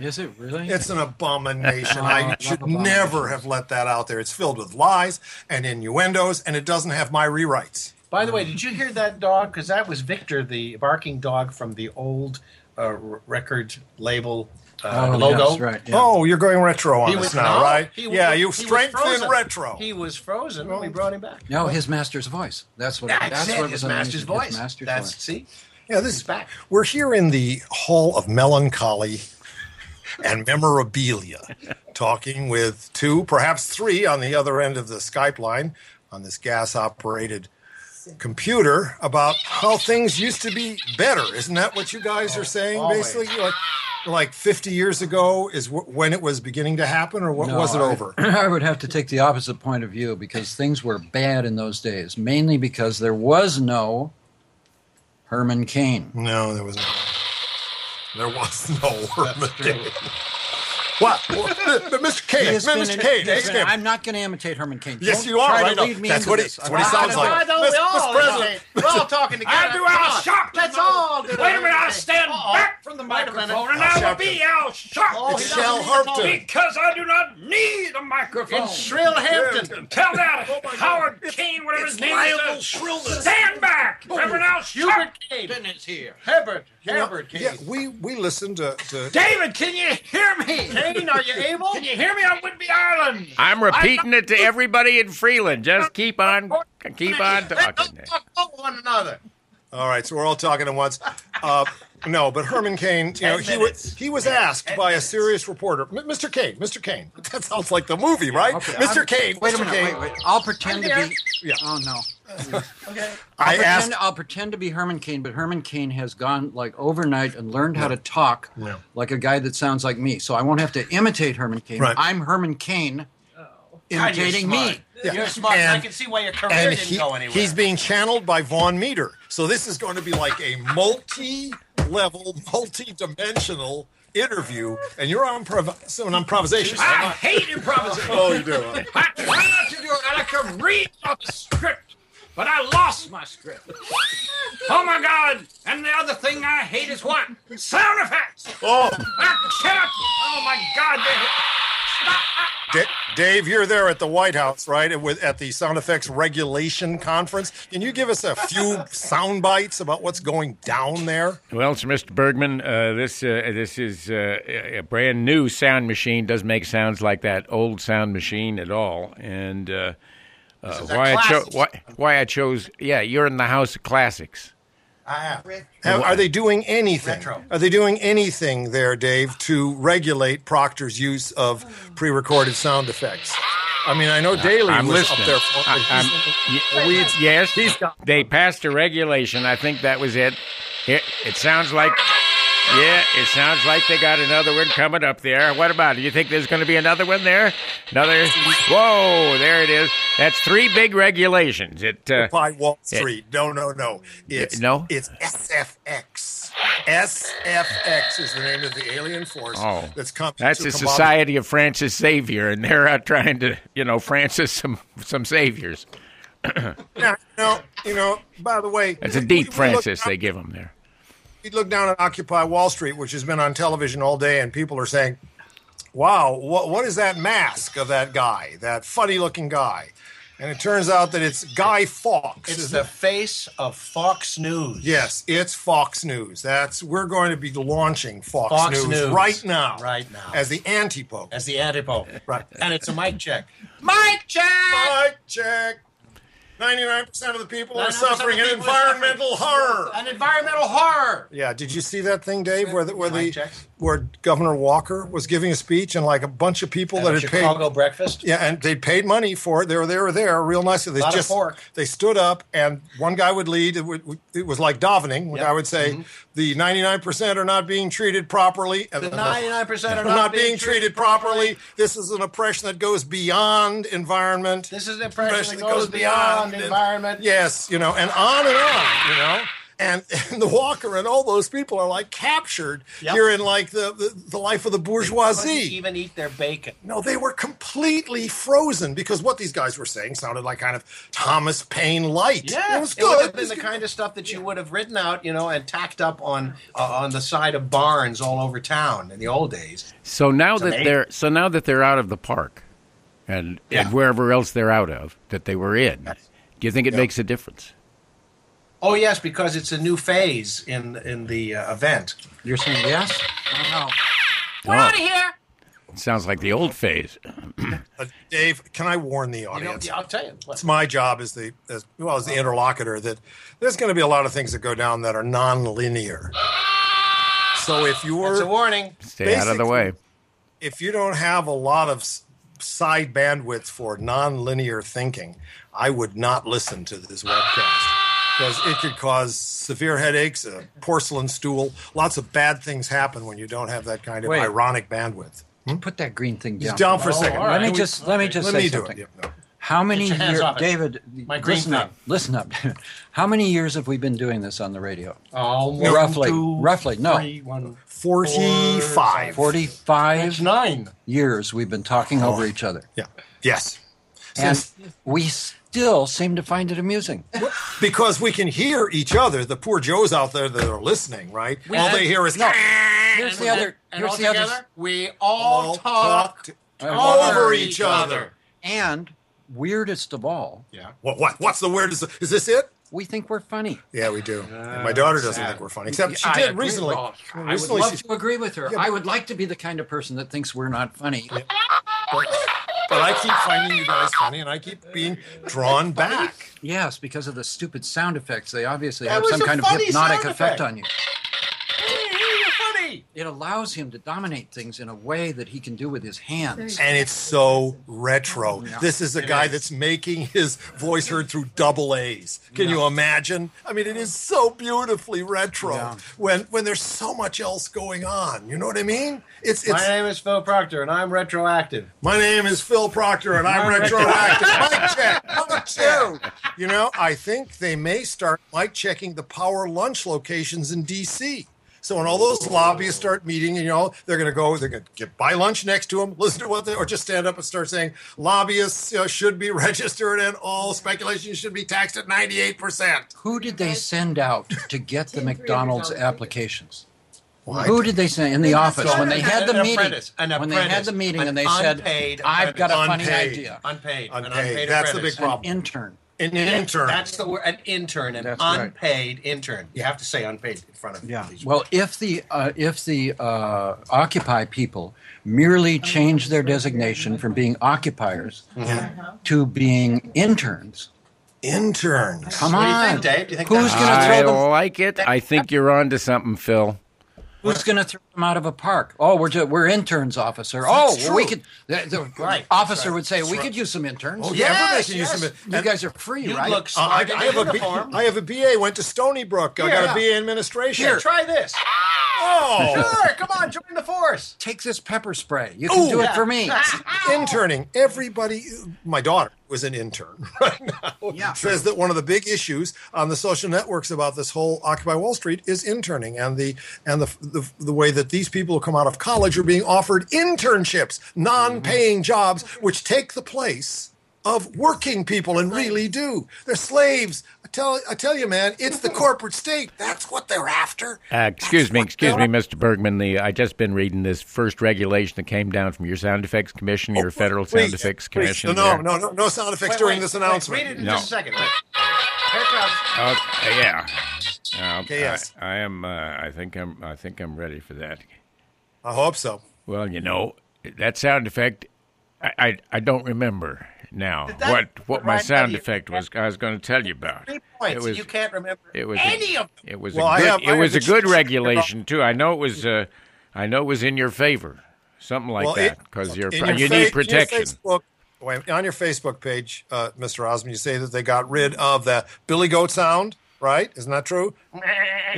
[SPEAKER 3] Is it really?
[SPEAKER 1] It's an abomination.
[SPEAKER 2] *laughs*
[SPEAKER 3] Oh,
[SPEAKER 1] I
[SPEAKER 3] love
[SPEAKER 1] should
[SPEAKER 3] abominations.
[SPEAKER 1] never have let that out there. It's filled with lies and innuendos, and it doesn't have my rewrites.
[SPEAKER 2] By the way, did you hear that dog? Because that was Victor, the barking dog from the old uh, r- record label uh,
[SPEAKER 3] Oh,
[SPEAKER 2] logo.
[SPEAKER 3] that's right. Yeah.
[SPEAKER 1] Oh, you're going retro on
[SPEAKER 2] He
[SPEAKER 1] us
[SPEAKER 2] was
[SPEAKER 1] now,
[SPEAKER 2] no,
[SPEAKER 1] right?
[SPEAKER 2] he
[SPEAKER 1] yeah,
[SPEAKER 2] was- he
[SPEAKER 1] you
[SPEAKER 2] was
[SPEAKER 1] strengthen
[SPEAKER 2] frozen.
[SPEAKER 1] retro.
[SPEAKER 2] He was frozen when we brought him back.
[SPEAKER 3] No, his master's voice. That's what.
[SPEAKER 2] That's, it.
[SPEAKER 3] what
[SPEAKER 2] his
[SPEAKER 3] amazing,
[SPEAKER 2] master's voice.
[SPEAKER 3] His master's
[SPEAKER 2] that's
[SPEAKER 3] voice.
[SPEAKER 2] see.
[SPEAKER 1] yeah, this is
[SPEAKER 2] back.
[SPEAKER 1] We're here in the Hall of Melancholy and Memorabilia, talking with two, perhaps three, on the other end of the Skype line on this gas-operated computer about how things used to be better. Isn't that what you guys are saying?
[SPEAKER 2] always.
[SPEAKER 1] Basically, like like 50 years ago is w- when it was beginning to happen, or what
[SPEAKER 3] No,
[SPEAKER 1] was it
[SPEAKER 3] I-
[SPEAKER 1] over?
[SPEAKER 3] *laughs* I would have to take the opposite point of view because things were bad in those days, mainly because there was no Herman Cain.
[SPEAKER 1] No, there was no. There was no Herman Cain. What? But Mr. Kane,
[SPEAKER 3] He's been
[SPEAKER 1] Mr.
[SPEAKER 3] in-
[SPEAKER 1] Kane,
[SPEAKER 3] he's
[SPEAKER 1] Mr.
[SPEAKER 3] been-
[SPEAKER 1] Kane.
[SPEAKER 3] I'm not going to imitate Herman Cain.
[SPEAKER 1] Yes,
[SPEAKER 3] Don't
[SPEAKER 1] you are.
[SPEAKER 3] try to
[SPEAKER 1] I know.
[SPEAKER 3] lead me
[SPEAKER 1] That's
[SPEAKER 3] into
[SPEAKER 1] what he-
[SPEAKER 3] this.
[SPEAKER 1] that's
[SPEAKER 3] I'm
[SPEAKER 1] what he
[SPEAKER 3] not
[SPEAKER 1] sounds like.
[SPEAKER 3] gonna do
[SPEAKER 2] I
[SPEAKER 3] it.
[SPEAKER 2] know we
[SPEAKER 1] Mr.
[SPEAKER 2] all
[SPEAKER 1] President.
[SPEAKER 2] imitate. We're all talking together.
[SPEAKER 5] I do. I'll
[SPEAKER 2] Come on.
[SPEAKER 5] shock
[SPEAKER 2] Let's
[SPEAKER 5] you.
[SPEAKER 2] all do
[SPEAKER 5] Wait a minute, I'll
[SPEAKER 2] imitate.
[SPEAKER 5] stand
[SPEAKER 2] Uh-oh.
[SPEAKER 5] back from the
[SPEAKER 2] Wait a minute.
[SPEAKER 5] microphone and
[SPEAKER 1] I'll
[SPEAKER 5] I will
[SPEAKER 1] shout
[SPEAKER 5] be
[SPEAKER 1] to-
[SPEAKER 5] all shocked
[SPEAKER 2] Oh, he
[SPEAKER 1] It's
[SPEAKER 2] doesn't
[SPEAKER 1] Shell
[SPEAKER 2] need to talk.
[SPEAKER 1] Harpton.
[SPEAKER 5] because I do not need a microphone.
[SPEAKER 2] It's Shrill Hampton.
[SPEAKER 5] Tell that Howard Kane, whatever his name libel is, to shrillness. stand back. Reverend, I'll shock
[SPEAKER 2] Hubert Cade.
[SPEAKER 3] is here.
[SPEAKER 2] Herbert.
[SPEAKER 1] You know,
[SPEAKER 2] Herbert Cade.
[SPEAKER 1] yeah, we we listened to, to
[SPEAKER 5] David, can you hear me?
[SPEAKER 2] Kane, are you able?
[SPEAKER 5] Can you hear me on Whidbey Island?
[SPEAKER 4] I'm repeating it to everybody in Freeland. Just keep on, keep on
[SPEAKER 2] Don't
[SPEAKER 4] talking.
[SPEAKER 2] talk over one another.
[SPEAKER 1] All right, so we're all talking at once. Uh, no, but Herman Cain, you know, he was
[SPEAKER 2] minutes.
[SPEAKER 1] he was asked by a serious reporter, "M- Mr. Cain, Mr. Cain. *laughs* That sounds like the movie, right? Mr.
[SPEAKER 3] I'm-
[SPEAKER 1] Cain,
[SPEAKER 3] Wait
[SPEAKER 1] Mr.
[SPEAKER 3] a minute.
[SPEAKER 1] Cain.
[SPEAKER 3] Wait, wait. I'll pretend
[SPEAKER 2] I'm
[SPEAKER 3] to
[SPEAKER 2] here.
[SPEAKER 3] be.
[SPEAKER 1] Yeah.
[SPEAKER 3] Oh no.
[SPEAKER 1] I
[SPEAKER 3] I'll
[SPEAKER 1] asked
[SPEAKER 3] pretend, I'll pretend to be Herman Cain, but Herman Cain has gone like overnight and learned how to talk
[SPEAKER 1] No.
[SPEAKER 3] like a guy that sounds like me. So I won't have to imitate Herman Cain.
[SPEAKER 1] Right.
[SPEAKER 3] I'm Herman Cain
[SPEAKER 2] Oh. God, you're
[SPEAKER 3] imitating me.
[SPEAKER 2] smart. You're smart. I
[SPEAKER 1] And-
[SPEAKER 2] can see why your career
[SPEAKER 1] and
[SPEAKER 2] didn't
[SPEAKER 1] he,
[SPEAKER 2] go anywhere.
[SPEAKER 1] he's being channeled by Von Meter. So this is going to be like a multi-level, multi-dimensional interview, and you're on improv- so an improvisation.
[SPEAKER 2] Ah!
[SPEAKER 5] I hate improvisation.
[SPEAKER 1] Oh, you
[SPEAKER 2] *laughs*
[SPEAKER 1] do.
[SPEAKER 5] *laughs* I try not to do it. I like to read off the script, but I lost my *laughs* script. Oh my God! And the other thing I hate is what sound effects.
[SPEAKER 1] Oh,
[SPEAKER 5] I cannot. Oh my God! they- Stop!
[SPEAKER 1] Da- Dave, you're there at the White House, right? And With at the sound effects regulation conference. Can you give us a few sound bites about what's going down there?
[SPEAKER 4] *laughs* Well, so Mr. Bergman, uh, this uh, this is uh, a a brand new sound machine. Doesn't make sounds like that old sound machine at all. And uh, uh,
[SPEAKER 2] a
[SPEAKER 4] why I chose
[SPEAKER 2] classic.
[SPEAKER 4] why, why I chose yeah, you're in the house of classics.
[SPEAKER 1] Have, are they doing anything?
[SPEAKER 2] Retro.
[SPEAKER 1] Are they doing anything there, Dave, to regulate Proctor's use of pre-recorded sound effects? I mean, I know Daly
[SPEAKER 4] Uh, I'm
[SPEAKER 1] was
[SPEAKER 4] listening.
[SPEAKER 1] up there. For,
[SPEAKER 4] I- I'm- y- yes, they passed a regulation. I think that was it. It, it sounds like. Yeah, it sounds like they got another one coming up there. What about it? You think there's going to be another one there? Another? Whoa, there it is. That's three big regulations. It uh,
[SPEAKER 1] by Wall Street. No, no, no. It's
[SPEAKER 4] no?
[SPEAKER 1] It's SFX. SFX is the name of the alien force
[SPEAKER 4] Oh.
[SPEAKER 1] that's coming.
[SPEAKER 4] That's
[SPEAKER 1] to
[SPEAKER 4] the
[SPEAKER 1] commodify-
[SPEAKER 4] Society of Francis Xavier, and they're out trying to, you know, Francis some some saviors.
[SPEAKER 1] Now, you know, you know, by the way,
[SPEAKER 4] It's a deep
[SPEAKER 1] we- we look
[SPEAKER 4] Francis
[SPEAKER 1] down-
[SPEAKER 4] they give them there.
[SPEAKER 1] We look down at Occupy Wall Street, which has been on television all day, and people are saying, "Wow, what what is that mask of that guy? That funny-looking guy?" And it turns out that it's Guy Fawkes.
[SPEAKER 2] it's
[SPEAKER 1] Is
[SPEAKER 2] the
[SPEAKER 1] that-
[SPEAKER 2] face of Fox News.
[SPEAKER 1] yes, it's Fox News. That's we're going to be launching Fox,
[SPEAKER 2] Fox
[SPEAKER 1] News,
[SPEAKER 2] News.
[SPEAKER 1] right now,
[SPEAKER 2] Right now.
[SPEAKER 1] as the antipope.
[SPEAKER 2] As the antipode.
[SPEAKER 1] Right.
[SPEAKER 2] And it's a mic check. Mic check!
[SPEAKER 1] Mic check. Ninety-nine percent of the people are
[SPEAKER 2] 99% of the
[SPEAKER 1] suffering an
[SPEAKER 2] people are suffering.
[SPEAKER 1] environmental horror.
[SPEAKER 2] An environmental horror.
[SPEAKER 1] Yeah, did you see that thing, Dave, where the, where
[SPEAKER 2] Mic
[SPEAKER 1] the
[SPEAKER 2] checks.
[SPEAKER 1] where Governor Walker was giving a speech and like a bunch of people
[SPEAKER 2] At
[SPEAKER 1] that
[SPEAKER 2] a
[SPEAKER 1] had
[SPEAKER 2] Chicago
[SPEAKER 1] paid
[SPEAKER 2] breakfast.
[SPEAKER 1] yeah, and they paid money for it. They were they were there, real nice. They
[SPEAKER 2] Lot of
[SPEAKER 1] just
[SPEAKER 2] pork.
[SPEAKER 1] they stood up, and one guy would lead. It, would, it was like davening. When
[SPEAKER 2] Yep. Mm-hmm.
[SPEAKER 1] I would say, "The ninety nine percent are not being treated properly." And
[SPEAKER 2] The 99% are
[SPEAKER 1] are not being treated properly. This is an oppression that goes beyond environment.
[SPEAKER 2] This is an impression that goes beyond
[SPEAKER 1] beyond
[SPEAKER 2] environment.
[SPEAKER 1] Yes, you know, and on and on, you know. and, and the Walker and all those people are like captured
[SPEAKER 2] Yep.
[SPEAKER 1] here in like the, the, the life of the
[SPEAKER 2] Couldn't
[SPEAKER 1] bourgeoisie.
[SPEAKER 2] even eat their bacon.
[SPEAKER 1] No, they were completely frozen because what these guys were saying sounded like kind of Thomas Paine light.
[SPEAKER 2] Yeah,
[SPEAKER 1] it was
[SPEAKER 2] would
[SPEAKER 1] good.
[SPEAKER 2] have
[SPEAKER 1] It was
[SPEAKER 2] been the
[SPEAKER 1] good.
[SPEAKER 2] kind of stuff that you would have written out, you know, and tacked up on uh, on the side of barns all over town in the old days.
[SPEAKER 4] So now that
[SPEAKER 2] amazing.
[SPEAKER 4] they're so now that they're out of the park, and
[SPEAKER 2] Yeah.
[SPEAKER 4] and wherever else they're out of that they were in, do you think it makes a difference?
[SPEAKER 2] Oh yes, because it's a new phase in in the uh, event.
[SPEAKER 3] You're saying yes? Oh,
[SPEAKER 4] We're out of here. Sounds like the old phase.
[SPEAKER 1] Uh, Dave, can I warn the
[SPEAKER 2] You know,
[SPEAKER 1] audience?
[SPEAKER 2] I'll tell you. what.
[SPEAKER 1] It's my job as the as well as the interlocutor that there's going to be a lot of things that go down that are non-linear. So if
[SPEAKER 2] It's a
[SPEAKER 1] you're
[SPEAKER 2] warning.
[SPEAKER 4] Stay out of the
[SPEAKER 1] Basically-
[SPEAKER 4] way.
[SPEAKER 1] if you don't have a lot of s- side bandwidth for non-linear thinking, I would not listen to this webcast because it could cause severe headaches, a porcelain stool, lots of bad things happen when you don't have that kind of
[SPEAKER 3] Wait.
[SPEAKER 1] ironic bandwidth.
[SPEAKER 3] put that green thing down.
[SPEAKER 1] Down for a second.
[SPEAKER 2] all right.
[SPEAKER 3] Let me
[SPEAKER 2] Can we-
[SPEAKER 3] just let me just
[SPEAKER 1] Let
[SPEAKER 3] say
[SPEAKER 1] me do
[SPEAKER 3] something.
[SPEAKER 1] it. Yeah, no.
[SPEAKER 3] How many
[SPEAKER 2] Get your hands
[SPEAKER 3] years,
[SPEAKER 2] off it.
[SPEAKER 3] David?
[SPEAKER 2] My green
[SPEAKER 3] listen
[SPEAKER 2] thing.
[SPEAKER 3] up. Listen up. *laughs* How many years have we been doing this on the radio?
[SPEAKER 2] Oh, one,
[SPEAKER 3] Roughly,
[SPEAKER 2] two,
[SPEAKER 3] roughly, no.
[SPEAKER 2] three, one-
[SPEAKER 1] 45.
[SPEAKER 2] It's
[SPEAKER 3] Forty-five
[SPEAKER 2] nine.
[SPEAKER 3] years we've been talking over
[SPEAKER 2] Oh.
[SPEAKER 3] each other,
[SPEAKER 1] Yeah. Yes.
[SPEAKER 3] and we still seem to find it amusing.
[SPEAKER 1] Because we can hear each other, the poor Joes out there that are listening, right? All they hear is *laughs*
[SPEAKER 3] Here's the other.
[SPEAKER 2] And
[SPEAKER 3] Here's
[SPEAKER 2] all
[SPEAKER 3] the other.
[SPEAKER 2] together, we all,
[SPEAKER 1] All
[SPEAKER 2] talk,
[SPEAKER 1] talked
[SPEAKER 2] over each other.
[SPEAKER 3] And weirdest of all,
[SPEAKER 2] Yeah.
[SPEAKER 1] What, what? What's the weirdest? Is this it?
[SPEAKER 3] we think we're funny.
[SPEAKER 1] Yeah, we do. And my daughter doesn't think we're funny, except she
[SPEAKER 5] I
[SPEAKER 1] did
[SPEAKER 5] agree.
[SPEAKER 1] recently.
[SPEAKER 5] Oh, I would
[SPEAKER 1] Recently,
[SPEAKER 3] love
[SPEAKER 1] she-
[SPEAKER 3] to agree with her. I would like to be the kind of person that thinks we're not funny.
[SPEAKER 1] but, but I keep finding you guys funny, and I keep being drawn back.
[SPEAKER 3] Yes, because of the stupid sound effects, they obviously
[SPEAKER 2] That
[SPEAKER 3] have
[SPEAKER 2] was
[SPEAKER 3] some
[SPEAKER 2] a
[SPEAKER 3] kind of
[SPEAKER 2] funny
[SPEAKER 3] hypnotic
[SPEAKER 2] sound effect.
[SPEAKER 3] effect on you.
[SPEAKER 2] funny.
[SPEAKER 3] It allows him to dominate things in a way that he can do with his hands.
[SPEAKER 1] And it's so retro. This is a guy that's making his voice heard through double A's. Can you imagine? I mean, it is so beautifully retro
[SPEAKER 3] Yeah.
[SPEAKER 1] when when there's so much else going on. You know what I mean? It's it's.
[SPEAKER 2] My name is Phil Proctor, and I'm retroactive.
[SPEAKER 1] My name is Phil Proctor, and I'm retroactive.
[SPEAKER 2] *laughs*
[SPEAKER 1] Mic check, mic check. You know, I think they may start mic checking the power lunch locations in D.C. So when all those lobbyists start meeting, you know, they're going to go, they're going to get buy lunch next to them, listen to what they, or just stand up and start saying lobbyists you know, should be *laughs* registered and all speculation should be taxed at 98%.
[SPEAKER 3] Who did they send out to get the McDonald's applications?
[SPEAKER 1] Why?
[SPEAKER 3] Who did they send in the office when they had the
[SPEAKER 2] An
[SPEAKER 3] meeting?
[SPEAKER 2] apprentice, an
[SPEAKER 3] When they had the
[SPEAKER 2] apprentice,
[SPEAKER 3] meeting and
[SPEAKER 2] an
[SPEAKER 3] they said,
[SPEAKER 2] unpaid
[SPEAKER 3] "I've got a funny
[SPEAKER 1] apprentice.
[SPEAKER 3] idea."
[SPEAKER 2] Unpaid. an
[SPEAKER 1] Unpaid.
[SPEAKER 2] unpaid
[SPEAKER 1] That's the
[SPEAKER 2] apprentice.
[SPEAKER 1] big problem.
[SPEAKER 3] Intern.
[SPEAKER 1] An intern.
[SPEAKER 2] That's the word. An intern, an
[SPEAKER 3] That's right.
[SPEAKER 2] unpaid intern. You have to say unpaid in front of these
[SPEAKER 3] Well, if the uh, if the uh, Occupy people merely change their designation from being occupiers to being interns,
[SPEAKER 1] intern.
[SPEAKER 3] come
[SPEAKER 2] What do you
[SPEAKER 3] on,
[SPEAKER 2] think, Dave? Do you think
[SPEAKER 3] who's
[SPEAKER 2] that-
[SPEAKER 3] going to
[SPEAKER 4] I
[SPEAKER 3] throw them?
[SPEAKER 4] like it. I think you're on to something, Phil.
[SPEAKER 3] Who's going to throw them out of a park? Oh, we're ju- we're interns, officer. Oh, well, we could. The, the
[SPEAKER 2] Right,
[SPEAKER 3] officer would say we could use some interns.
[SPEAKER 1] Oh,
[SPEAKER 2] Yes,
[SPEAKER 1] yeah, everybody should use
[SPEAKER 2] yes.
[SPEAKER 1] them.
[SPEAKER 3] You guys are free,
[SPEAKER 2] You
[SPEAKER 3] right?
[SPEAKER 2] look
[SPEAKER 1] Uh, I,
[SPEAKER 2] smart in
[SPEAKER 1] I have a B,
[SPEAKER 2] uniform.
[SPEAKER 1] I have a BA. Went to Stony Brook. I got a
[SPEAKER 2] Here.
[SPEAKER 1] BA in administration.
[SPEAKER 2] *laughs* Here, try this.
[SPEAKER 1] Oh,
[SPEAKER 2] Sure, come on, join the force.
[SPEAKER 3] Take this pepper spray. You can
[SPEAKER 1] Ooh,
[SPEAKER 3] do it
[SPEAKER 1] yeah.
[SPEAKER 2] *laughs*
[SPEAKER 3] for me.
[SPEAKER 1] interning. Everybody, my daughter was an intern *laughs* right
[SPEAKER 2] Oh,
[SPEAKER 1] now.
[SPEAKER 3] Yeah.
[SPEAKER 1] Says that one of the big issues on the social networks about this whole Occupy Wall Street is interning and the and the the, the way that these people who come out of college are being offered internships, non-paying jobs, which take the place of working people and really do. They're slaves. I tell I tell you, man, it's the corporate state. That's what they're after.
[SPEAKER 4] Uh, excuse me, excuse me, Mr. Bergman. The I just been reading this first regulation that came down from your sound effects commission,
[SPEAKER 1] Oh,
[SPEAKER 4] your federal sound
[SPEAKER 1] Please,
[SPEAKER 4] effects
[SPEAKER 1] please.
[SPEAKER 4] commission.
[SPEAKER 1] No,
[SPEAKER 4] there.
[SPEAKER 1] no, no, no sound effects
[SPEAKER 2] Wait,
[SPEAKER 1] during
[SPEAKER 2] wait,
[SPEAKER 1] this
[SPEAKER 2] wait,
[SPEAKER 1] announcement.
[SPEAKER 2] read it in
[SPEAKER 4] No.
[SPEAKER 2] just a second. Wait. Here it comes.
[SPEAKER 4] Okay, Oh, yeah. Um,
[SPEAKER 1] Okay, yes.
[SPEAKER 4] I, I am. Uh, I think I'm. I think I'm ready for that.
[SPEAKER 1] I hope so.
[SPEAKER 4] Well, you know that sound effect. I I, I don't remember now
[SPEAKER 2] that-
[SPEAKER 4] what what my
[SPEAKER 2] Ryan,
[SPEAKER 4] sound
[SPEAKER 2] how do you-
[SPEAKER 4] effect was. I was going to tell you about.
[SPEAKER 2] Three points.
[SPEAKER 4] It was.
[SPEAKER 2] you can't remember
[SPEAKER 4] it was
[SPEAKER 2] any
[SPEAKER 4] a,
[SPEAKER 2] of them.
[SPEAKER 4] It was
[SPEAKER 1] Well,
[SPEAKER 4] a
[SPEAKER 1] I
[SPEAKER 4] good.
[SPEAKER 1] have-
[SPEAKER 4] it
[SPEAKER 1] I have
[SPEAKER 4] was a
[SPEAKER 1] the
[SPEAKER 4] good
[SPEAKER 1] cheat sheet.
[SPEAKER 4] regulation too. I know it was. Uh, I know it was in your favor, something like
[SPEAKER 1] Well,
[SPEAKER 4] that,
[SPEAKER 1] it-
[SPEAKER 4] because you're
[SPEAKER 1] in
[SPEAKER 4] pro-
[SPEAKER 1] your
[SPEAKER 4] you
[SPEAKER 1] fa-
[SPEAKER 4] need
[SPEAKER 1] in your
[SPEAKER 4] protection.
[SPEAKER 1] Facebook- wait, on your Facebook page, uh, Mr. Osmond, you say that they got rid of the Billy Goat sound, right? Isn't that
[SPEAKER 2] *laughs*
[SPEAKER 1] true? No,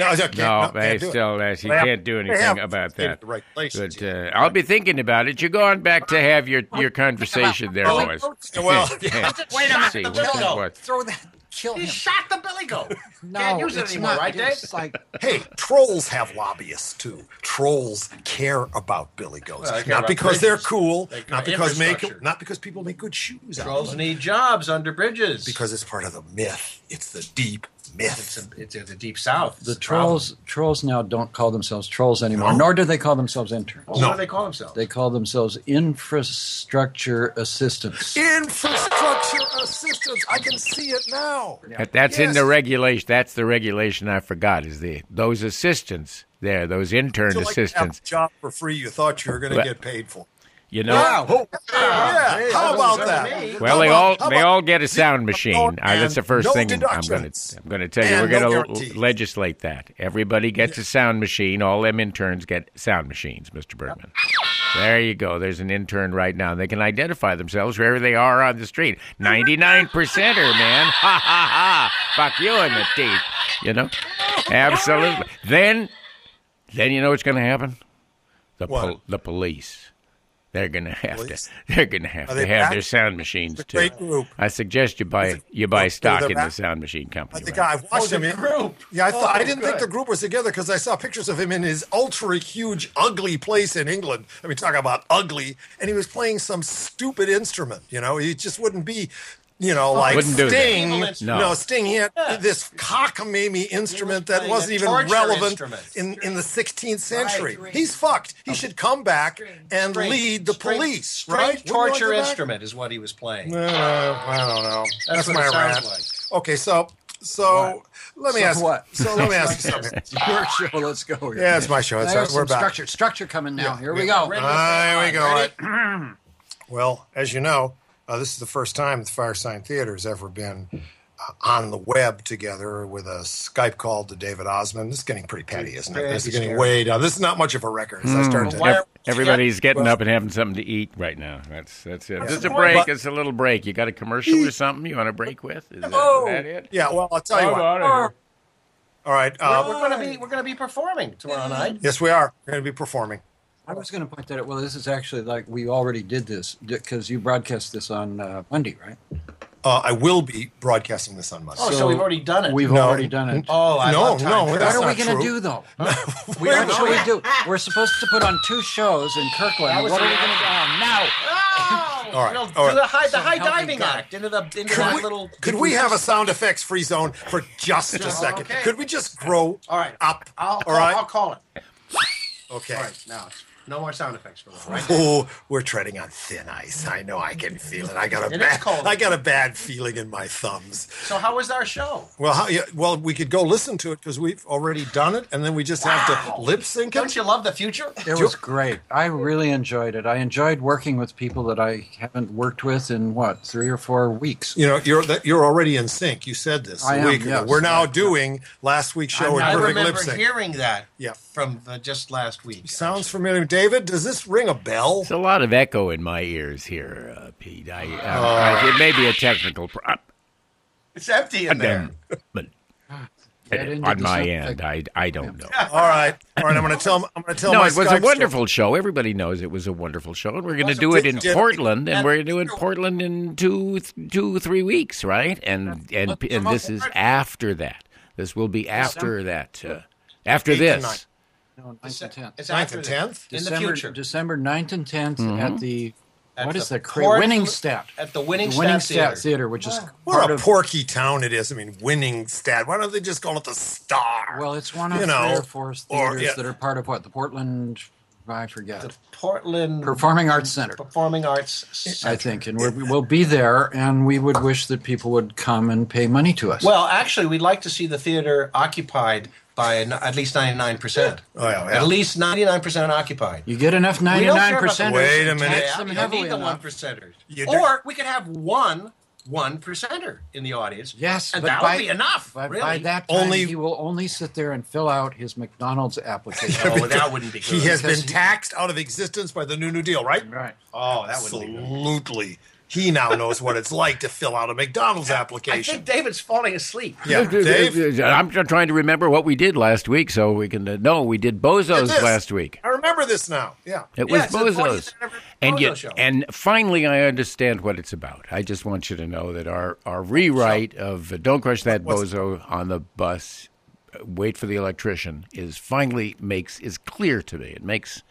[SPEAKER 1] I can't-
[SPEAKER 4] No,
[SPEAKER 1] can't
[SPEAKER 4] they
[SPEAKER 1] do it.
[SPEAKER 4] still uh, she
[SPEAKER 1] They have-
[SPEAKER 4] can't do
[SPEAKER 1] they have
[SPEAKER 4] anything about that.
[SPEAKER 1] the regulations,
[SPEAKER 4] But uh, I'll be thinking about it. You're going back to have your your conversation there, boys. *laughs*
[SPEAKER 1] Well, yeah.
[SPEAKER 4] Wait
[SPEAKER 2] a minute,
[SPEAKER 4] See,
[SPEAKER 2] the
[SPEAKER 4] what is
[SPEAKER 2] dildo.
[SPEAKER 4] what?
[SPEAKER 3] Throw that kill
[SPEAKER 2] He
[SPEAKER 3] him.
[SPEAKER 2] shot the billy
[SPEAKER 3] *laughs*
[SPEAKER 2] goat.
[SPEAKER 3] No,
[SPEAKER 2] Can't use it
[SPEAKER 3] it's
[SPEAKER 2] anymore,
[SPEAKER 3] not.
[SPEAKER 2] right, Dave?
[SPEAKER 3] It's like
[SPEAKER 1] *laughs* Hey, trolls have lobbyists too. Trolls care about billy goats,
[SPEAKER 2] Well, they care
[SPEAKER 1] not
[SPEAKER 2] about
[SPEAKER 1] because they're
[SPEAKER 2] bridges.
[SPEAKER 1] cool,
[SPEAKER 2] They care
[SPEAKER 1] not because make,
[SPEAKER 2] infrastructure.
[SPEAKER 1] not because people make good shoes. out of
[SPEAKER 2] Trolls
[SPEAKER 1] them,
[SPEAKER 2] need jobs under bridges
[SPEAKER 1] because it's part of the myth. It's the deep
[SPEAKER 2] it's
[SPEAKER 1] myth.
[SPEAKER 2] a, it's, it's a deep south. It's
[SPEAKER 3] the
[SPEAKER 2] a problem.
[SPEAKER 3] trolls. Trolls now don't call themselves trolls anymore,
[SPEAKER 1] No.
[SPEAKER 3] nor do they call themselves interns.
[SPEAKER 2] Well,
[SPEAKER 1] No.
[SPEAKER 2] What do they call themselves?
[SPEAKER 3] They call themselves infrastructure assistants.
[SPEAKER 1] Infrastructure assistance. I can see it now.
[SPEAKER 4] That, that's in the
[SPEAKER 1] Yes.
[SPEAKER 4] regulation. That's the regulation I forgot. Is the those assistants there? Those intern
[SPEAKER 1] Feel like you have
[SPEAKER 4] assistants.
[SPEAKER 1] a job for free you thought you were going to
[SPEAKER 4] But-
[SPEAKER 1] get paid for.
[SPEAKER 4] You know.
[SPEAKER 3] Wow.
[SPEAKER 1] Yeah, how about
[SPEAKER 2] me.
[SPEAKER 1] that?
[SPEAKER 4] Well,
[SPEAKER 1] How
[SPEAKER 4] they
[SPEAKER 1] about-
[SPEAKER 4] all
[SPEAKER 1] how
[SPEAKER 4] they
[SPEAKER 1] about-
[SPEAKER 4] all get a sound machine.
[SPEAKER 1] no,
[SPEAKER 4] All right, that's the
[SPEAKER 1] and
[SPEAKER 4] first
[SPEAKER 1] no
[SPEAKER 4] thing I'm going
[SPEAKER 1] deductions.
[SPEAKER 4] to I'm going to tell you.
[SPEAKER 1] And no
[SPEAKER 4] We're going to
[SPEAKER 1] guarantees.
[SPEAKER 4] legislate that. Everybody gets a sound machine. All them interns get sound machines, Mr. Bergman. There you go. There's an intern right now. They can identify themselves wherever they are on the street. 99 percenter, man. *laughs* Ha ha ha. Fuck you in the teeth. You know? Absolutely. Then then you know what's going to happen? The
[SPEAKER 1] What?
[SPEAKER 4] pol- the police. They're going to have
[SPEAKER 1] Police?
[SPEAKER 4] to they're going to have
[SPEAKER 1] Are
[SPEAKER 4] to
[SPEAKER 1] they
[SPEAKER 4] have
[SPEAKER 1] back?
[SPEAKER 4] their sound machines too.
[SPEAKER 1] great group.
[SPEAKER 4] I suggest you buy you
[SPEAKER 1] no,
[SPEAKER 4] buy
[SPEAKER 1] they're
[SPEAKER 4] stock in the
[SPEAKER 1] back.
[SPEAKER 4] sound machine company.
[SPEAKER 1] I think
[SPEAKER 4] right?
[SPEAKER 1] I've watched him. in- Yeah, I thought I didn't think the group was together because I saw pictures of him in his ultra huge, ugly place in England. I mean, talk about ugly, and he was playing some stupid instrument. You know, he just wouldn't be. You know, like
[SPEAKER 4] Wouldn't do that.
[SPEAKER 1] Sting.
[SPEAKER 2] Evil
[SPEAKER 1] No.
[SPEAKER 2] instrument.
[SPEAKER 1] Sting. He had this cockamamie instrument that
[SPEAKER 2] playing
[SPEAKER 1] wasn't
[SPEAKER 2] a
[SPEAKER 1] even
[SPEAKER 2] torture
[SPEAKER 1] relevant
[SPEAKER 2] instrument.
[SPEAKER 1] in, in the 16th century.
[SPEAKER 6] String.
[SPEAKER 1] He's fucked. He should come back and
[SPEAKER 2] String.
[SPEAKER 1] lead the
[SPEAKER 2] String.
[SPEAKER 1] police.
[SPEAKER 2] String
[SPEAKER 1] right? Wouldn't you
[SPEAKER 2] torture
[SPEAKER 1] like that?
[SPEAKER 2] instrument is what he was playing.
[SPEAKER 1] Uh, I don't know.
[SPEAKER 2] That's
[SPEAKER 1] That's,
[SPEAKER 2] what
[SPEAKER 1] my
[SPEAKER 2] it sounds
[SPEAKER 1] rant.
[SPEAKER 2] like.
[SPEAKER 1] Okay, so so let me
[SPEAKER 3] So
[SPEAKER 1] ask
[SPEAKER 3] what?
[SPEAKER 1] So let me ask you something.
[SPEAKER 3] Your show. Let's go. Here.
[SPEAKER 1] Yeah, it's my show. It's,
[SPEAKER 3] There's
[SPEAKER 1] we're
[SPEAKER 3] some
[SPEAKER 1] back.
[SPEAKER 3] structure. Structure coming
[SPEAKER 2] Oh,
[SPEAKER 3] now. Here we
[SPEAKER 2] Yeah.
[SPEAKER 3] go.
[SPEAKER 2] Ready?
[SPEAKER 1] Ah, here we go. I- well, as you know, uh, this is the first time the Firesign Theater has ever been uh, on the web together with a Skype call to David Osmond. This is getting pretty petty, isn't it? This is getting way down. This is not much of a record. As I start to,
[SPEAKER 2] Why are-
[SPEAKER 4] Everybody's getting up and having something to eat right now. That's that's it. Just a break.
[SPEAKER 1] But-
[SPEAKER 4] it's a little break. You got a commercial or something you want to break with? Is that, is
[SPEAKER 1] Oh.
[SPEAKER 4] that it?
[SPEAKER 1] yeah, well, I'll tell you
[SPEAKER 4] I'm
[SPEAKER 1] what.
[SPEAKER 4] outta here.
[SPEAKER 1] All right. Uh,
[SPEAKER 2] We're going to be we're going to be performing tomorrow night.
[SPEAKER 1] yes, we are. We're going to be performing.
[SPEAKER 3] I was going to point that out. Well, this is actually like we already did this because you broadcast this on uh, Monday, right?
[SPEAKER 1] Uh, I will be broadcasting this on Monday.
[SPEAKER 2] Oh, so,
[SPEAKER 3] So
[SPEAKER 2] we've already done it.
[SPEAKER 3] We've
[SPEAKER 1] No.
[SPEAKER 3] already done it.
[SPEAKER 2] oh, I
[SPEAKER 1] no,
[SPEAKER 2] love
[SPEAKER 1] no,
[SPEAKER 2] time travel.
[SPEAKER 1] that's
[SPEAKER 3] what are we
[SPEAKER 1] not
[SPEAKER 3] going
[SPEAKER 1] true.
[SPEAKER 3] to
[SPEAKER 2] *laughs*
[SPEAKER 3] do though?
[SPEAKER 1] we
[SPEAKER 3] What should we do? We're supposed to put on two shows in Kirkland.
[SPEAKER 2] was
[SPEAKER 3] What are we
[SPEAKER 2] the-
[SPEAKER 3] going to do Oh, now?
[SPEAKER 2] Oh,
[SPEAKER 1] All right,
[SPEAKER 2] you know,
[SPEAKER 1] all
[SPEAKER 2] do
[SPEAKER 1] right.
[SPEAKER 2] the high, the high
[SPEAKER 3] help me
[SPEAKER 2] diving
[SPEAKER 3] God.
[SPEAKER 2] act into the into
[SPEAKER 1] Could
[SPEAKER 2] that
[SPEAKER 1] we,
[SPEAKER 2] little.
[SPEAKER 1] could we have a sound effects free zone for just a second?
[SPEAKER 2] okay.
[SPEAKER 1] Could we just grow
[SPEAKER 2] All right.
[SPEAKER 1] up?
[SPEAKER 2] I'll call,
[SPEAKER 1] all right?
[SPEAKER 2] I'll call it.
[SPEAKER 1] okay.
[SPEAKER 2] All right, now it's- no more sound effects for that. Right?
[SPEAKER 1] Oh, we're treading on thin ice. I know I can feel it. I got a
[SPEAKER 2] It is
[SPEAKER 1] bad,
[SPEAKER 2] cold.
[SPEAKER 1] I got a bad feeling in my thumbs.
[SPEAKER 2] So how was our show?
[SPEAKER 1] Well, how, yeah, well, we could go listen to it because we've already done it, and then we just have to lip sync
[SPEAKER 2] Don't
[SPEAKER 1] it.
[SPEAKER 2] you love the future?
[SPEAKER 3] It was great. I really enjoyed it. I enjoyed working with people that I haven't worked with in what three or four weeks.
[SPEAKER 1] You know, you're that you're already in sync. You said this
[SPEAKER 3] I
[SPEAKER 1] a
[SPEAKER 3] am,
[SPEAKER 1] week ago.
[SPEAKER 3] yes.
[SPEAKER 1] We're now doing last week's show in
[SPEAKER 2] I
[SPEAKER 1] perfect
[SPEAKER 2] remember
[SPEAKER 1] lip sync.
[SPEAKER 2] hearing that
[SPEAKER 1] Yeah.
[SPEAKER 2] from the, just last week.
[SPEAKER 1] Sounds familiar, David? Does this ring a bell?
[SPEAKER 4] There's a lot of echo in my ears here, uh, Pete. I,
[SPEAKER 1] Oh.
[SPEAKER 4] uh, I, it may be a technical problem.
[SPEAKER 2] It's empty in there.
[SPEAKER 4] But
[SPEAKER 3] Get into
[SPEAKER 4] on
[SPEAKER 3] the
[SPEAKER 4] my
[SPEAKER 3] subject.
[SPEAKER 4] end, I, I don't know.
[SPEAKER 1] All right, all right. I'm going to tell. I'm going to tell.
[SPEAKER 4] No,
[SPEAKER 1] my
[SPEAKER 4] it was
[SPEAKER 1] Skype
[SPEAKER 4] a
[SPEAKER 1] story.
[SPEAKER 4] wonderful show. Everybody knows it was a wonderful show, and we're going to do it in
[SPEAKER 1] Did- did-
[SPEAKER 4] Portland, and we're going to do it in Portland in two, two, three weeks, right? And and and this is after that. This will be after that. Uh, after
[SPEAKER 1] Eight and
[SPEAKER 4] this,
[SPEAKER 3] No, 9th and 10th.
[SPEAKER 2] It's
[SPEAKER 1] Ninth and
[SPEAKER 2] after that.
[SPEAKER 1] tenth?
[SPEAKER 2] in
[SPEAKER 3] December,
[SPEAKER 2] the future.
[SPEAKER 3] December 9th and 10th
[SPEAKER 4] Mm-hmm.
[SPEAKER 3] at the,
[SPEAKER 2] At
[SPEAKER 3] what is
[SPEAKER 2] the
[SPEAKER 3] the, cra-
[SPEAKER 2] Port-
[SPEAKER 3] winning stat?
[SPEAKER 2] at the Winning
[SPEAKER 3] winning
[SPEAKER 2] Stat
[SPEAKER 3] stat
[SPEAKER 2] Theater.
[SPEAKER 3] theater, which is
[SPEAKER 1] What
[SPEAKER 3] part
[SPEAKER 1] a
[SPEAKER 3] of,
[SPEAKER 1] porky town it is. I mean, winning stat. Why don't they just call it the Star?
[SPEAKER 3] well, it's one of
[SPEAKER 1] you know,
[SPEAKER 3] three or four
[SPEAKER 1] or,
[SPEAKER 3] theaters
[SPEAKER 1] yeah.
[SPEAKER 3] that are part of what? The Portland, I forget.
[SPEAKER 2] The Portland
[SPEAKER 3] Performing Arts Center.
[SPEAKER 2] Performing Arts. Center.
[SPEAKER 3] I think, and we're, we'll be there, and we would wish that people would come and pay money to us.
[SPEAKER 2] Well, actually, we'd like to see the theater occupied by an, at least ninety nine percent.
[SPEAKER 1] Oh, yeah, yeah.
[SPEAKER 2] At least ninety nine percent occupied.
[SPEAKER 3] you get enough
[SPEAKER 2] We don't care
[SPEAKER 3] ninety-nine
[SPEAKER 2] about the
[SPEAKER 3] percent.
[SPEAKER 1] Wait a minute.
[SPEAKER 3] Tax them
[SPEAKER 2] you
[SPEAKER 3] heavily
[SPEAKER 2] need the
[SPEAKER 3] enough.
[SPEAKER 2] one percenters.
[SPEAKER 1] You do-
[SPEAKER 2] Or we could have one one percenter in the audience.
[SPEAKER 3] Yes,
[SPEAKER 2] and
[SPEAKER 3] but
[SPEAKER 2] that
[SPEAKER 3] by-
[SPEAKER 2] would be enough.
[SPEAKER 3] By,
[SPEAKER 2] really.
[SPEAKER 3] by that time,
[SPEAKER 1] Only-
[SPEAKER 3] he will only sit there and fill out his
[SPEAKER 1] *laughs*
[SPEAKER 3] McDonald's application.
[SPEAKER 2] oh, that wouldn't be good.
[SPEAKER 1] he has been
[SPEAKER 3] Because he-
[SPEAKER 1] taxed out of existence by the New New Deal, right?
[SPEAKER 3] right.
[SPEAKER 2] oh, that wouldn't be good.
[SPEAKER 1] Absolutely. he now knows what it's like to fill out a McDonald's application.
[SPEAKER 2] I think David's falling asleep.
[SPEAKER 1] yeah, Dave.
[SPEAKER 4] I'm tr- trying to remember what we did last week, so we can. Uh, no, we did Bozos
[SPEAKER 1] Did this.
[SPEAKER 4] last week.
[SPEAKER 1] I remember this now. Yeah.
[SPEAKER 4] It
[SPEAKER 2] Yeah,
[SPEAKER 4] was
[SPEAKER 2] it's the 40th
[SPEAKER 4] Bozos,
[SPEAKER 2] anniversary
[SPEAKER 4] and
[SPEAKER 2] Bozo
[SPEAKER 4] yet,
[SPEAKER 2] show.
[SPEAKER 4] and finally, I understand what it's about. I just want you to know that our our rewrite of uh, "Don't Crush That
[SPEAKER 1] What's-
[SPEAKER 4] Bozo on the Bus," uh, "Wait for the Electrician" is finally makes is clear to me. It makes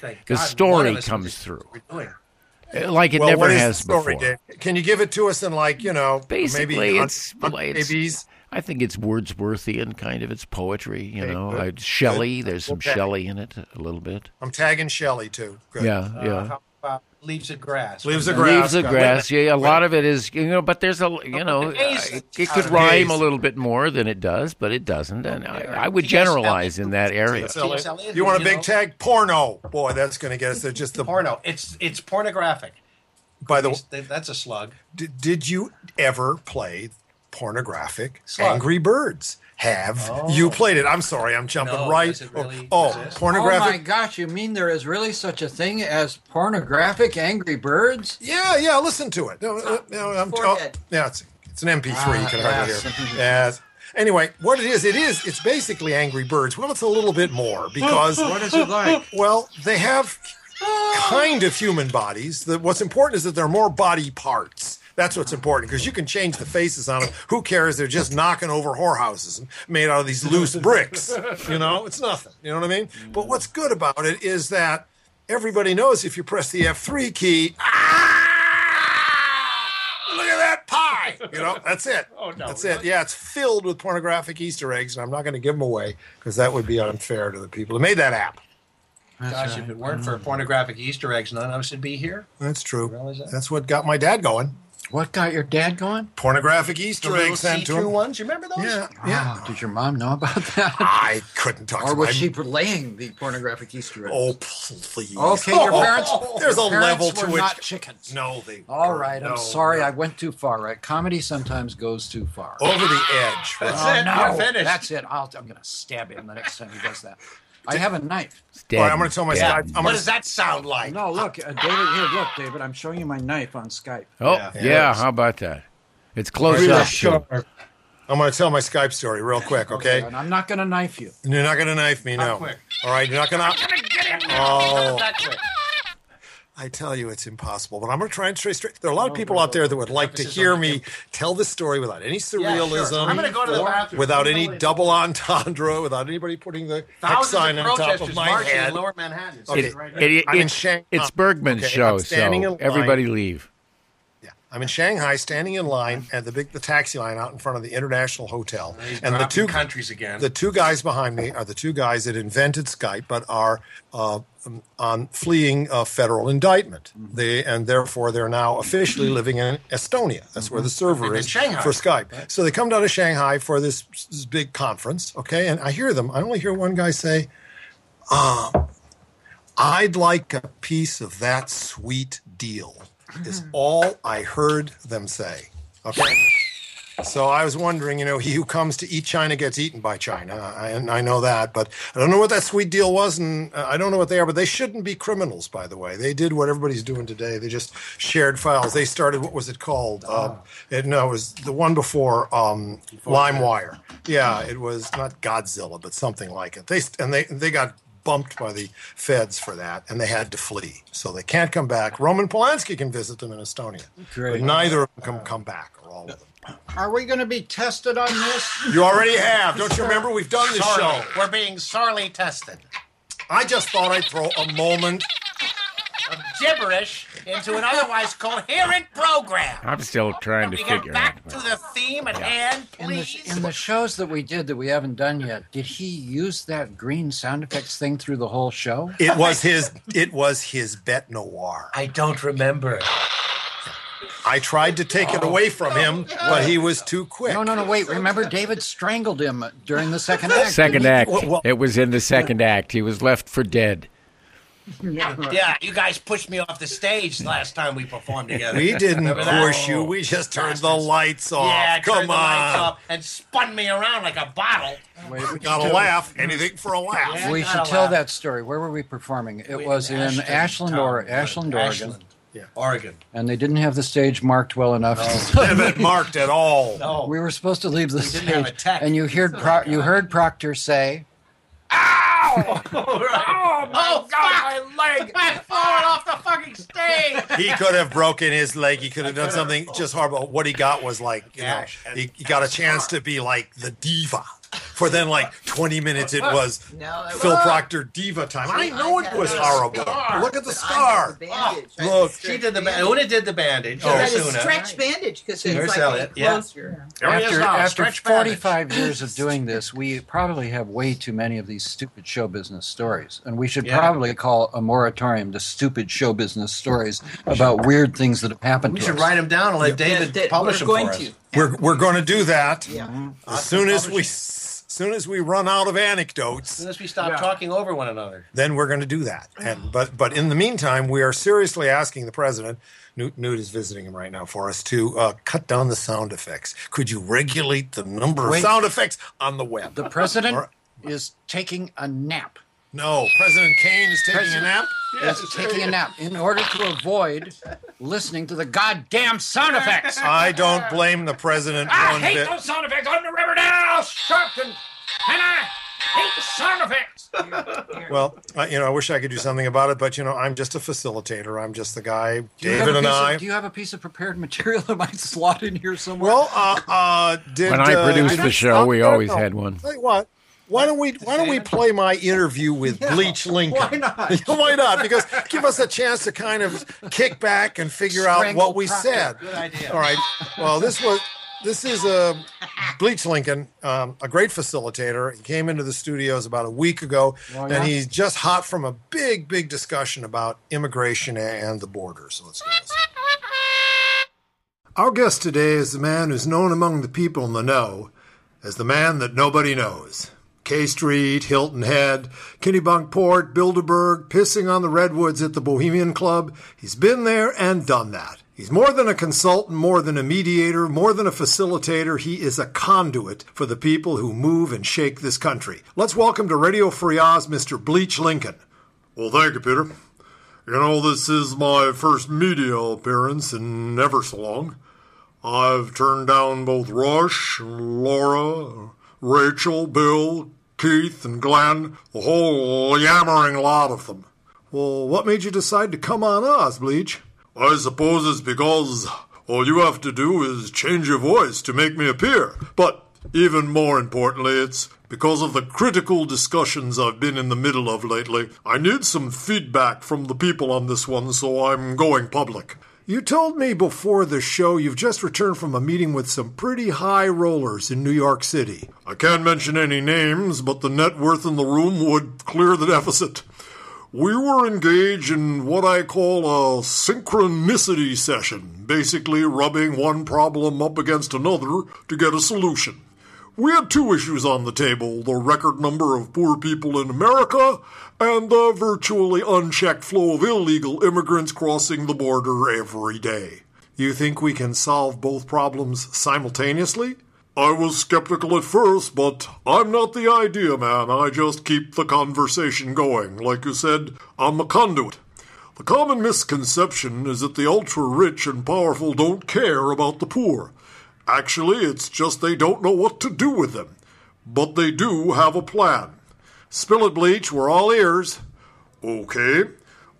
[SPEAKER 2] Thank
[SPEAKER 4] The
[SPEAKER 2] God one
[SPEAKER 4] story
[SPEAKER 2] of us
[SPEAKER 4] comes
[SPEAKER 2] knows
[SPEAKER 4] through.
[SPEAKER 2] what we're doing.
[SPEAKER 4] uh, like it
[SPEAKER 1] Well,
[SPEAKER 4] never
[SPEAKER 1] what is
[SPEAKER 4] has
[SPEAKER 1] the story,
[SPEAKER 4] before.
[SPEAKER 1] Dave? Can you give it to us in like you know
[SPEAKER 4] Basically,
[SPEAKER 1] maybe hun-
[SPEAKER 4] it's,
[SPEAKER 1] hun-
[SPEAKER 4] well, it's-
[SPEAKER 1] babies?
[SPEAKER 4] I think it's Wordsworthian kind of. It's poetry, you know.
[SPEAKER 1] good,
[SPEAKER 4] I, Shelley, there's some
[SPEAKER 1] Okay.
[SPEAKER 4] Shelley in it a little bit.
[SPEAKER 1] I'm tagging Shelley too. Good.
[SPEAKER 4] Yeah, yeah.
[SPEAKER 2] Uh, how about leaves of grass.
[SPEAKER 1] Leaves of grass.
[SPEAKER 4] Leaves of
[SPEAKER 1] guys.
[SPEAKER 4] grass. Yeah, a lot of it is, you know, but there's a, you know, uh,
[SPEAKER 2] days-
[SPEAKER 4] it, it could
[SPEAKER 1] uh,
[SPEAKER 4] rhyme
[SPEAKER 1] days.
[SPEAKER 4] a little bit more than it does, but it doesn't. And I, I would
[SPEAKER 2] T.S. Eliot.
[SPEAKER 4] generalize in that area.
[SPEAKER 2] T.S. Eliot,
[SPEAKER 1] You want a
[SPEAKER 2] you
[SPEAKER 1] big
[SPEAKER 2] know?
[SPEAKER 1] tag? Porno. Boy, that's going to get us there. Just the
[SPEAKER 2] Porno. It's it's pornographic.
[SPEAKER 1] By the way,
[SPEAKER 2] That's a slug.
[SPEAKER 1] d- did you ever play pornographic
[SPEAKER 2] Slug.
[SPEAKER 1] Angry Birds? Have
[SPEAKER 3] Oh.
[SPEAKER 1] you played it? I'm sorry, I'm jumping
[SPEAKER 2] No,
[SPEAKER 1] right.
[SPEAKER 2] does it really
[SPEAKER 1] oh,
[SPEAKER 2] exist?
[SPEAKER 1] pornographic.
[SPEAKER 3] Oh my gosh, you mean there is really such a thing as pornographic Angry Birds?
[SPEAKER 1] Yeah, yeah. Listen to it. No, no, no I'm. Oh,
[SPEAKER 3] Forehead.
[SPEAKER 1] yeah, it's, it's an MP3. you
[SPEAKER 3] Ah,
[SPEAKER 1] can hardly
[SPEAKER 3] yes.
[SPEAKER 1] hear. Yes. Anyway, what it is, it is. It's basically Angry Birds. Well, it's a little bit more because
[SPEAKER 3] *laughs* What is it like?
[SPEAKER 1] well, they have kind of human bodies. The, what's important is that there are more body parts. That's what's important because you can change the faces on them. Who cares? They're just knocking over whorehouses made out of these loose bricks. You know, it's nothing. You know what I mean? But what's good about it is that everybody knows if you press the F3 key, ah, look at that pie. You know, that's it. Oh, no. That's it. Yeah, it's filled with pornographic Easter eggs, and I'm not going to give them away because that would be unfair to the people who made that app.
[SPEAKER 2] Gosh, if it weren't for pornographic Easter eggs, none of us would be here.
[SPEAKER 1] That's true.
[SPEAKER 2] Realize that?
[SPEAKER 1] That's what got my dad going.
[SPEAKER 3] What got your dad going?
[SPEAKER 1] Pornographic Easter
[SPEAKER 2] Little
[SPEAKER 1] eggs sent to
[SPEAKER 2] see-through
[SPEAKER 1] him.
[SPEAKER 2] ones. You remember those?
[SPEAKER 1] Yeah, yeah.
[SPEAKER 3] Wow, did your mom know about that?
[SPEAKER 1] I couldn't talk
[SPEAKER 3] Or
[SPEAKER 1] to my
[SPEAKER 3] was she relaying the pornographic Easter egg?
[SPEAKER 1] Oh please.
[SPEAKER 3] Okay, your
[SPEAKER 1] Oh,
[SPEAKER 3] parents.
[SPEAKER 1] there's
[SPEAKER 3] your
[SPEAKER 1] a
[SPEAKER 3] parents
[SPEAKER 1] level to
[SPEAKER 3] were
[SPEAKER 1] which.
[SPEAKER 3] not chickens.
[SPEAKER 1] No, they.
[SPEAKER 3] All
[SPEAKER 1] were-
[SPEAKER 3] right, I'm
[SPEAKER 1] no,
[SPEAKER 3] sorry,
[SPEAKER 1] no. Oh,
[SPEAKER 3] I went too far. Right? Comedy sometimes goes too far. Oh,
[SPEAKER 1] Over the edge.
[SPEAKER 2] That's
[SPEAKER 1] right.
[SPEAKER 2] it.
[SPEAKER 3] no,
[SPEAKER 2] You're finished.
[SPEAKER 3] that's it. I'll, I'm going to stab him the next time he
[SPEAKER 1] *laughs*
[SPEAKER 3] does that. I have a knife.
[SPEAKER 1] All right, I'm going to tell my
[SPEAKER 4] Dead.
[SPEAKER 1] son. I'm
[SPEAKER 2] what
[SPEAKER 1] gonna,
[SPEAKER 2] does that sound like?
[SPEAKER 3] No, look, uh, David. Here, look, David. I'm showing you my knife on Skype.
[SPEAKER 4] Oh,
[SPEAKER 2] Yeah.
[SPEAKER 4] yeah, how about that? It's close
[SPEAKER 1] Really
[SPEAKER 4] up.
[SPEAKER 1] sharp.
[SPEAKER 4] too.
[SPEAKER 1] I'm going to tell my Skype story real quick, okay?
[SPEAKER 3] And I'm not going to knife you.
[SPEAKER 1] You're not going to knife me, no.
[SPEAKER 2] quick.
[SPEAKER 1] All right, you're not going to. Oh,
[SPEAKER 2] That's it.
[SPEAKER 1] I tell you, it's impossible. But I'm going to try and stay straight. There are a lot of people out there that would like to hear me tell oh. the story without any
[SPEAKER 2] Yeah, sure.
[SPEAKER 1] surrealism.
[SPEAKER 2] I'm going to go to the bathroom.
[SPEAKER 1] without
[SPEAKER 2] I'm
[SPEAKER 1] any
[SPEAKER 2] gonna-
[SPEAKER 1] double entendre, without anybody putting the hex
[SPEAKER 2] Thousands of
[SPEAKER 1] sign on top
[SPEAKER 2] protesters
[SPEAKER 1] of my
[SPEAKER 2] marching
[SPEAKER 1] head.
[SPEAKER 2] in Lower Manhattan.
[SPEAKER 1] Okay.
[SPEAKER 2] It's right
[SPEAKER 4] It- it-
[SPEAKER 1] I'm in
[SPEAKER 4] it's-
[SPEAKER 1] Shanghai.
[SPEAKER 4] it's Bergman's
[SPEAKER 1] Okay, I'm
[SPEAKER 4] show,
[SPEAKER 1] standing in
[SPEAKER 4] so
[SPEAKER 1] line.
[SPEAKER 4] everybody leave.
[SPEAKER 1] Yeah. I'm in Shanghai, standing in line at the big the taxi line out in front of the International Hotel, and the two
[SPEAKER 2] countries again.
[SPEAKER 1] the two guys behind me are the two guys that invented Skype, but are uh, um, on fleeing uh, federal indictment.
[SPEAKER 2] Mm-hmm.
[SPEAKER 1] They and therefore they're now officially living in Estonia. That's where the server
[SPEAKER 2] Mm-hmm. in
[SPEAKER 1] is
[SPEAKER 2] Shanghai,
[SPEAKER 1] for Skype. So they come down to Shanghai for this, this big conference. Okay, and I hear them. I only hear one guy say, uh, "I'd like a piece of that sweet deal." Is
[SPEAKER 2] Mm-hmm.
[SPEAKER 1] all I heard them say. Okay. So I was wondering, you know, he who comes to eat China gets eaten by China. I, and I know that, but I don't know what that sweet deal was, and uh, I don't know what they are. But they shouldn't be criminals, by the way. They did what everybody's doing today. They just shared files. They started what was it called? Um, it, no, it was the one before, um, LimeWire. Yeah, it was not Godzilla, but something like it. They st- and they they got bumped by the feds for that, and they had to flee. So they can't come back. Roman Polanski can visit them in Estonia,
[SPEAKER 3] Great.
[SPEAKER 1] but neither of them can come back, or all of them.
[SPEAKER 3] Are we going to be tested on this?
[SPEAKER 1] You already have. Don't you remember? We've done this show.
[SPEAKER 2] Sorely. We're being sorely tested.
[SPEAKER 1] I just thought I'd throw a moment.
[SPEAKER 2] Of gibberish into an otherwise coherent program.
[SPEAKER 4] I'm still trying to
[SPEAKER 2] We get
[SPEAKER 4] figure
[SPEAKER 2] back
[SPEAKER 4] out.
[SPEAKER 2] to the theme at hand,
[SPEAKER 3] In the,
[SPEAKER 2] please.
[SPEAKER 3] in the shows that we did that we haven't done yet, did he use that green sound effects thing through the whole show?
[SPEAKER 1] It was his. It was his bet noir.
[SPEAKER 2] I don't remember.
[SPEAKER 1] I tried to take it away from him, but he was too quick.
[SPEAKER 3] No, no, no. Wait. Remember, David strangled him during the second act.
[SPEAKER 4] Second act.
[SPEAKER 1] Well, well-
[SPEAKER 4] it was in the second act. He was left for dead.
[SPEAKER 2] Yeah, you guys pushed me off the stage last time we performed
[SPEAKER 1] *laughs*
[SPEAKER 2] together.
[SPEAKER 1] We didn't
[SPEAKER 2] Remember that?
[SPEAKER 1] push you. We just turned the lights off.
[SPEAKER 2] Yeah,
[SPEAKER 1] Oh, Come
[SPEAKER 2] turned the lights
[SPEAKER 1] on.
[SPEAKER 2] off and spun me around like a bottle.
[SPEAKER 3] Wait, we
[SPEAKER 1] Got to laugh. Anything for a laugh.
[SPEAKER 2] Yeah.
[SPEAKER 3] We should
[SPEAKER 2] Not
[SPEAKER 3] tell
[SPEAKER 2] allowed.
[SPEAKER 3] that story. Where were we performing? It was in Ashland,
[SPEAKER 2] Town,
[SPEAKER 3] or Ashland, Oregon.
[SPEAKER 2] Ashland.
[SPEAKER 1] Yeah.
[SPEAKER 2] Oregon.
[SPEAKER 3] and they didn't have the stage marked well enough.
[SPEAKER 1] Haven't marked at all.
[SPEAKER 2] No.
[SPEAKER 3] *laughs* We were supposed to leave the
[SPEAKER 2] didn't have
[SPEAKER 3] stage,
[SPEAKER 2] a tech.
[SPEAKER 3] and you heard Pro- you heard Proctor say,
[SPEAKER 5] Oh my god, my leg!
[SPEAKER 2] Back forward off the fucking stage.
[SPEAKER 1] He could have broken his leg. He could have done something just horrible. What he got was like, you know,
[SPEAKER 2] Gash
[SPEAKER 1] he, he got a chance to be like the diva. For then, like 20 minutes, it was
[SPEAKER 6] No, it
[SPEAKER 1] Phil
[SPEAKER 6] was-
[SPEAKER 1] Proctor diva time. I know it
[SPEAKER 6] got
[SPEAKER 1] was
[SPEAKER 6] a
[SPEAKER 1] horrible.
[SPEAKER 2] scar.
[SPEAKER 1] Look at the
[SPEAKER 6] But I have
[SPEAKER 1] scar.
[SPEAKER 6] the bandage. I have
[SPEAKER 1] look,
[SPEAKER 6] the
[SPEAKER 2] She
[SPEAKER 6] stretch
[SPEAKER 2] did the
[SPEAKER 6] bandage.
[SPEAKER 2] bandage. Una did the bandage.
[SPEAKER 6] She had
[SPEAKER 2] Oh,
[SPEAKER 6] a stretch bandage because it's
[SPEAKER 2] Here's
[SPEAKER 6] like
[SPEAKER 2] Elliot,
[SPEAKER 6] a
[SPEAKER 2] yeah.
[SPEAKER 6] closer.
[SPEAKER 3] after, after 45 years of doing this, we probably have way too many of these stupid show business stories. And we should
[SPEAKER 2] Yeah.
[SPEAKER 3] probably call a moratorium to stupid show business stories about weird things that have happened
[SPEAKER 2] We
[SPEAKER 3] to
[SPEAKER 2] should
[SPEAKER 3] us.
[SPEAKER 2] write them down and let David
[SPEAKER 6] That- that
[SPEAKER 2] publish them
[SPEAKER 6] we're going
[SPEAKER 2] for us.
[SPEAKER 6] to.
[SPEAKER 1] We're we're going to do that
[SPEAKER 6] Yeah.
[SPEAKER 1] as soon as we as soon as we run out of anecdotes.
[SPEAKER 2] Unless we stop talking over one another.
[SPEAKER 1] then we're going to do that. And but but in the meantime, we are seriously asking the president. Newt, Newt is visiting him right now for us to uh, cut down the sound effects. Could you regulate the number
[SPEAKER 3] Wait.
[SPEAKER 1] of sound effects on the web?
[SPEAKER 3] The president
[SPEAKER 1] Or-
[SPEAKER 3] is taking a nap.
[SPEAKER 1] no, President Kane is taking a nap.
[SPEAKER 3] is taking a nap in order to avoid listening to the goddamn sound
[SPEAKER 2] *laughs*
[SPEAKER 3] effects.
[SPEAKER 1] I
[SPEAKER 5] *laughs*
[SPEAKER 1] don't blame the president
[SPEAKER 5] I
[SPEAKER 1] one
[SPEAKER 5] hate
[SPEAKER 1] bit.
[SPEAKER 5] those sound effects. I'm the Reverend Al Sharpton, and I hate the sound effects.
[SPEAKER 1] Well, I, you know, I wish I could do something about it, but you know, I'm just a facilitator. I'm just the guy,
[SPEAKER 3] Do you have
[SPEAKER 1] David
[SPEAKER 3] a
[SPEAKER 1] and
[SPEAKER 3] piece of-
[SPEAKER 1] I.
[SPEAKER 3] do you have a piece of prepared material that might slot in here somewhere?
[SPEAKER 1] well, uh, uh, did
[SPEAKER 4] When I
[SPEAKER 1] uh,
[SPEAKER 4] produced the
[SPEAKER 1] did-
[SPEAKER 4] show, we
[SPEAKER 1] uh,
[SPEAKER 4] always
[SPEAKER 1] no.
[SPEAKER 4] had one.
[SPEAKER 1] Tell you what. Why don't we Why don't we play my interview with Bleach Lincoln? Why not? *laughs* why not? Because give us a chance to kind of kick back and figure
[SPEAKER 3] *laughs*
[SPEAKER 1] out
[SPEAKER 3] Strangle
[SPEAKER 1] what we
[SPEAKER 3] Proctor.
[SPEAKER 1] said.
[SPEAKER 2] Good idea.
[SPEAKER 1] All right. Well, this was this is a Bleach Lincoln, um, a great facilitator. He came into the studios about a week ago,
[SPEAKER 3] Oh, yeah?
[SPEAKER 1] and he's just hot from a big, big discussion about immigration and the border. So let's do this. Our guest today is the man who's known among the people in the know as the man that nobody knows. K Street, Hilton Head, Kennebunkport, Bilderberg, pissing on the redwoods at the Bohemian Club. He's been there and done that. He's more than a consultant, more than a mediator, more than a facilitator. He is a conduit for the people who move and shake this country. Let's welcome to Radio Free Oz, Mr. Bleach Lincoln. Well, thank you, Peter. You know, this is my first media appearance in never so long. I've turned down both Rush, Laura, Rachel, Bill, Keith, and Glenn, the whole yammering lot of them. Well, what made you decide to come on us, Bleach? I suppose it's because all you have to do is change your voice to make me appear. But even more importantly, it's because of the critical discussions I've been in the middle of lately. I need some feedback from the people on this one, so I'm going public. You told me before the show you've just returned from a meeting with some pretty high rollers in New York City. I can't mention any names, but the net worth in the room would clear the deficit. We were engaged in what I call a synchronicity session, basically rubbing one problem up against another to get a solution. We had two issues on the table the record number of poor people in America and the virtually unchecked flow of illegal immigrants crossing the border every day. You think we can solve both problems simultaneously? I was skeptical at first, but I'm not the idea man. I just keep the conversation going. Like you said, I'm a conduit. The common misconception is that the ultra rich and powerful don't care about the poor. Actually, it's just they don't know what to do with them. But they do have a plan. Spill it, Bleach, we're all ears. Okay.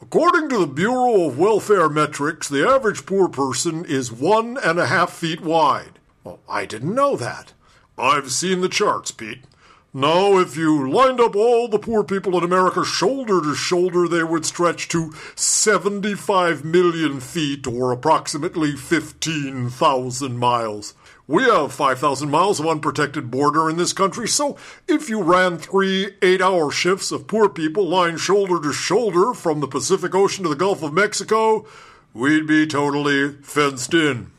[SPEAKER 1] According to the Bureau of Welfare Metrics, the average poor person is one and a half feet wide. Well, I didn't know that. I've seen the charts, Pete. Now, if you lined up all the poor people in America shoulder to shoulder, they would stretch to 75 million feet, or approximately 15,000 miles. We have 5,000 miles of unprotected border in this country, so if you ran three eight hour shifts of poor people lying shoulder to shoulder from the Pacific Ocean to the Gulf of Mexico, we'd be totally fenced in.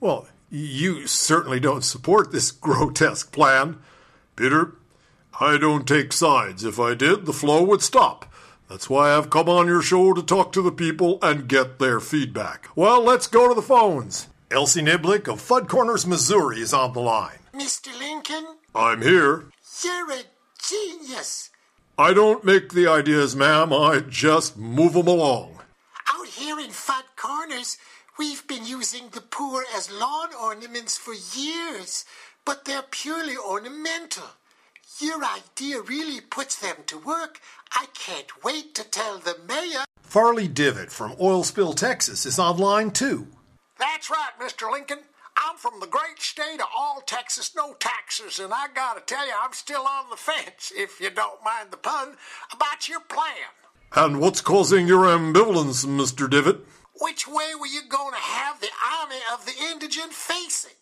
[SPEAKER 1] Well, you certainly don't support this *laughs* grotesque plan. Peter, I don't take sides. If I did, the flow would stop. That's why I've come on your show to talk to the people and get their feedback. Well, let's go to the phones. Elsie Niblick of Fud Corners, Missouri is on the line.
[SPEAKER 7] Mr. Lincoln,
[SPEAKER 1] I'm here.
[SPEAKER 7] you're a genius.
[SPEAKER 1] I don't make the ideas, ma'am. I just move 'em along.
[SPEAKER 7] Out here in Fat Corners, we've been using the poor as lawn ornaments for years, but they're purely ornamental. Your idea really puts them to work. I can't wait to tell the mayor.
[SPEAKER 1] Farley Divot from Oil Spill, Texas is online too.
[SPEAKER 7] That's right, Mr. Lincoln. I'm from the great state of all Texas, no taxes, and I gotta tell you, I'm still on the fence, if you don't mind the pun, about your plan.
[SPEAKER 1] And what's causing your ambivalence, Mr. Divot?
[SPEAKER 7] Which way were you going to have the army of the indigent facing?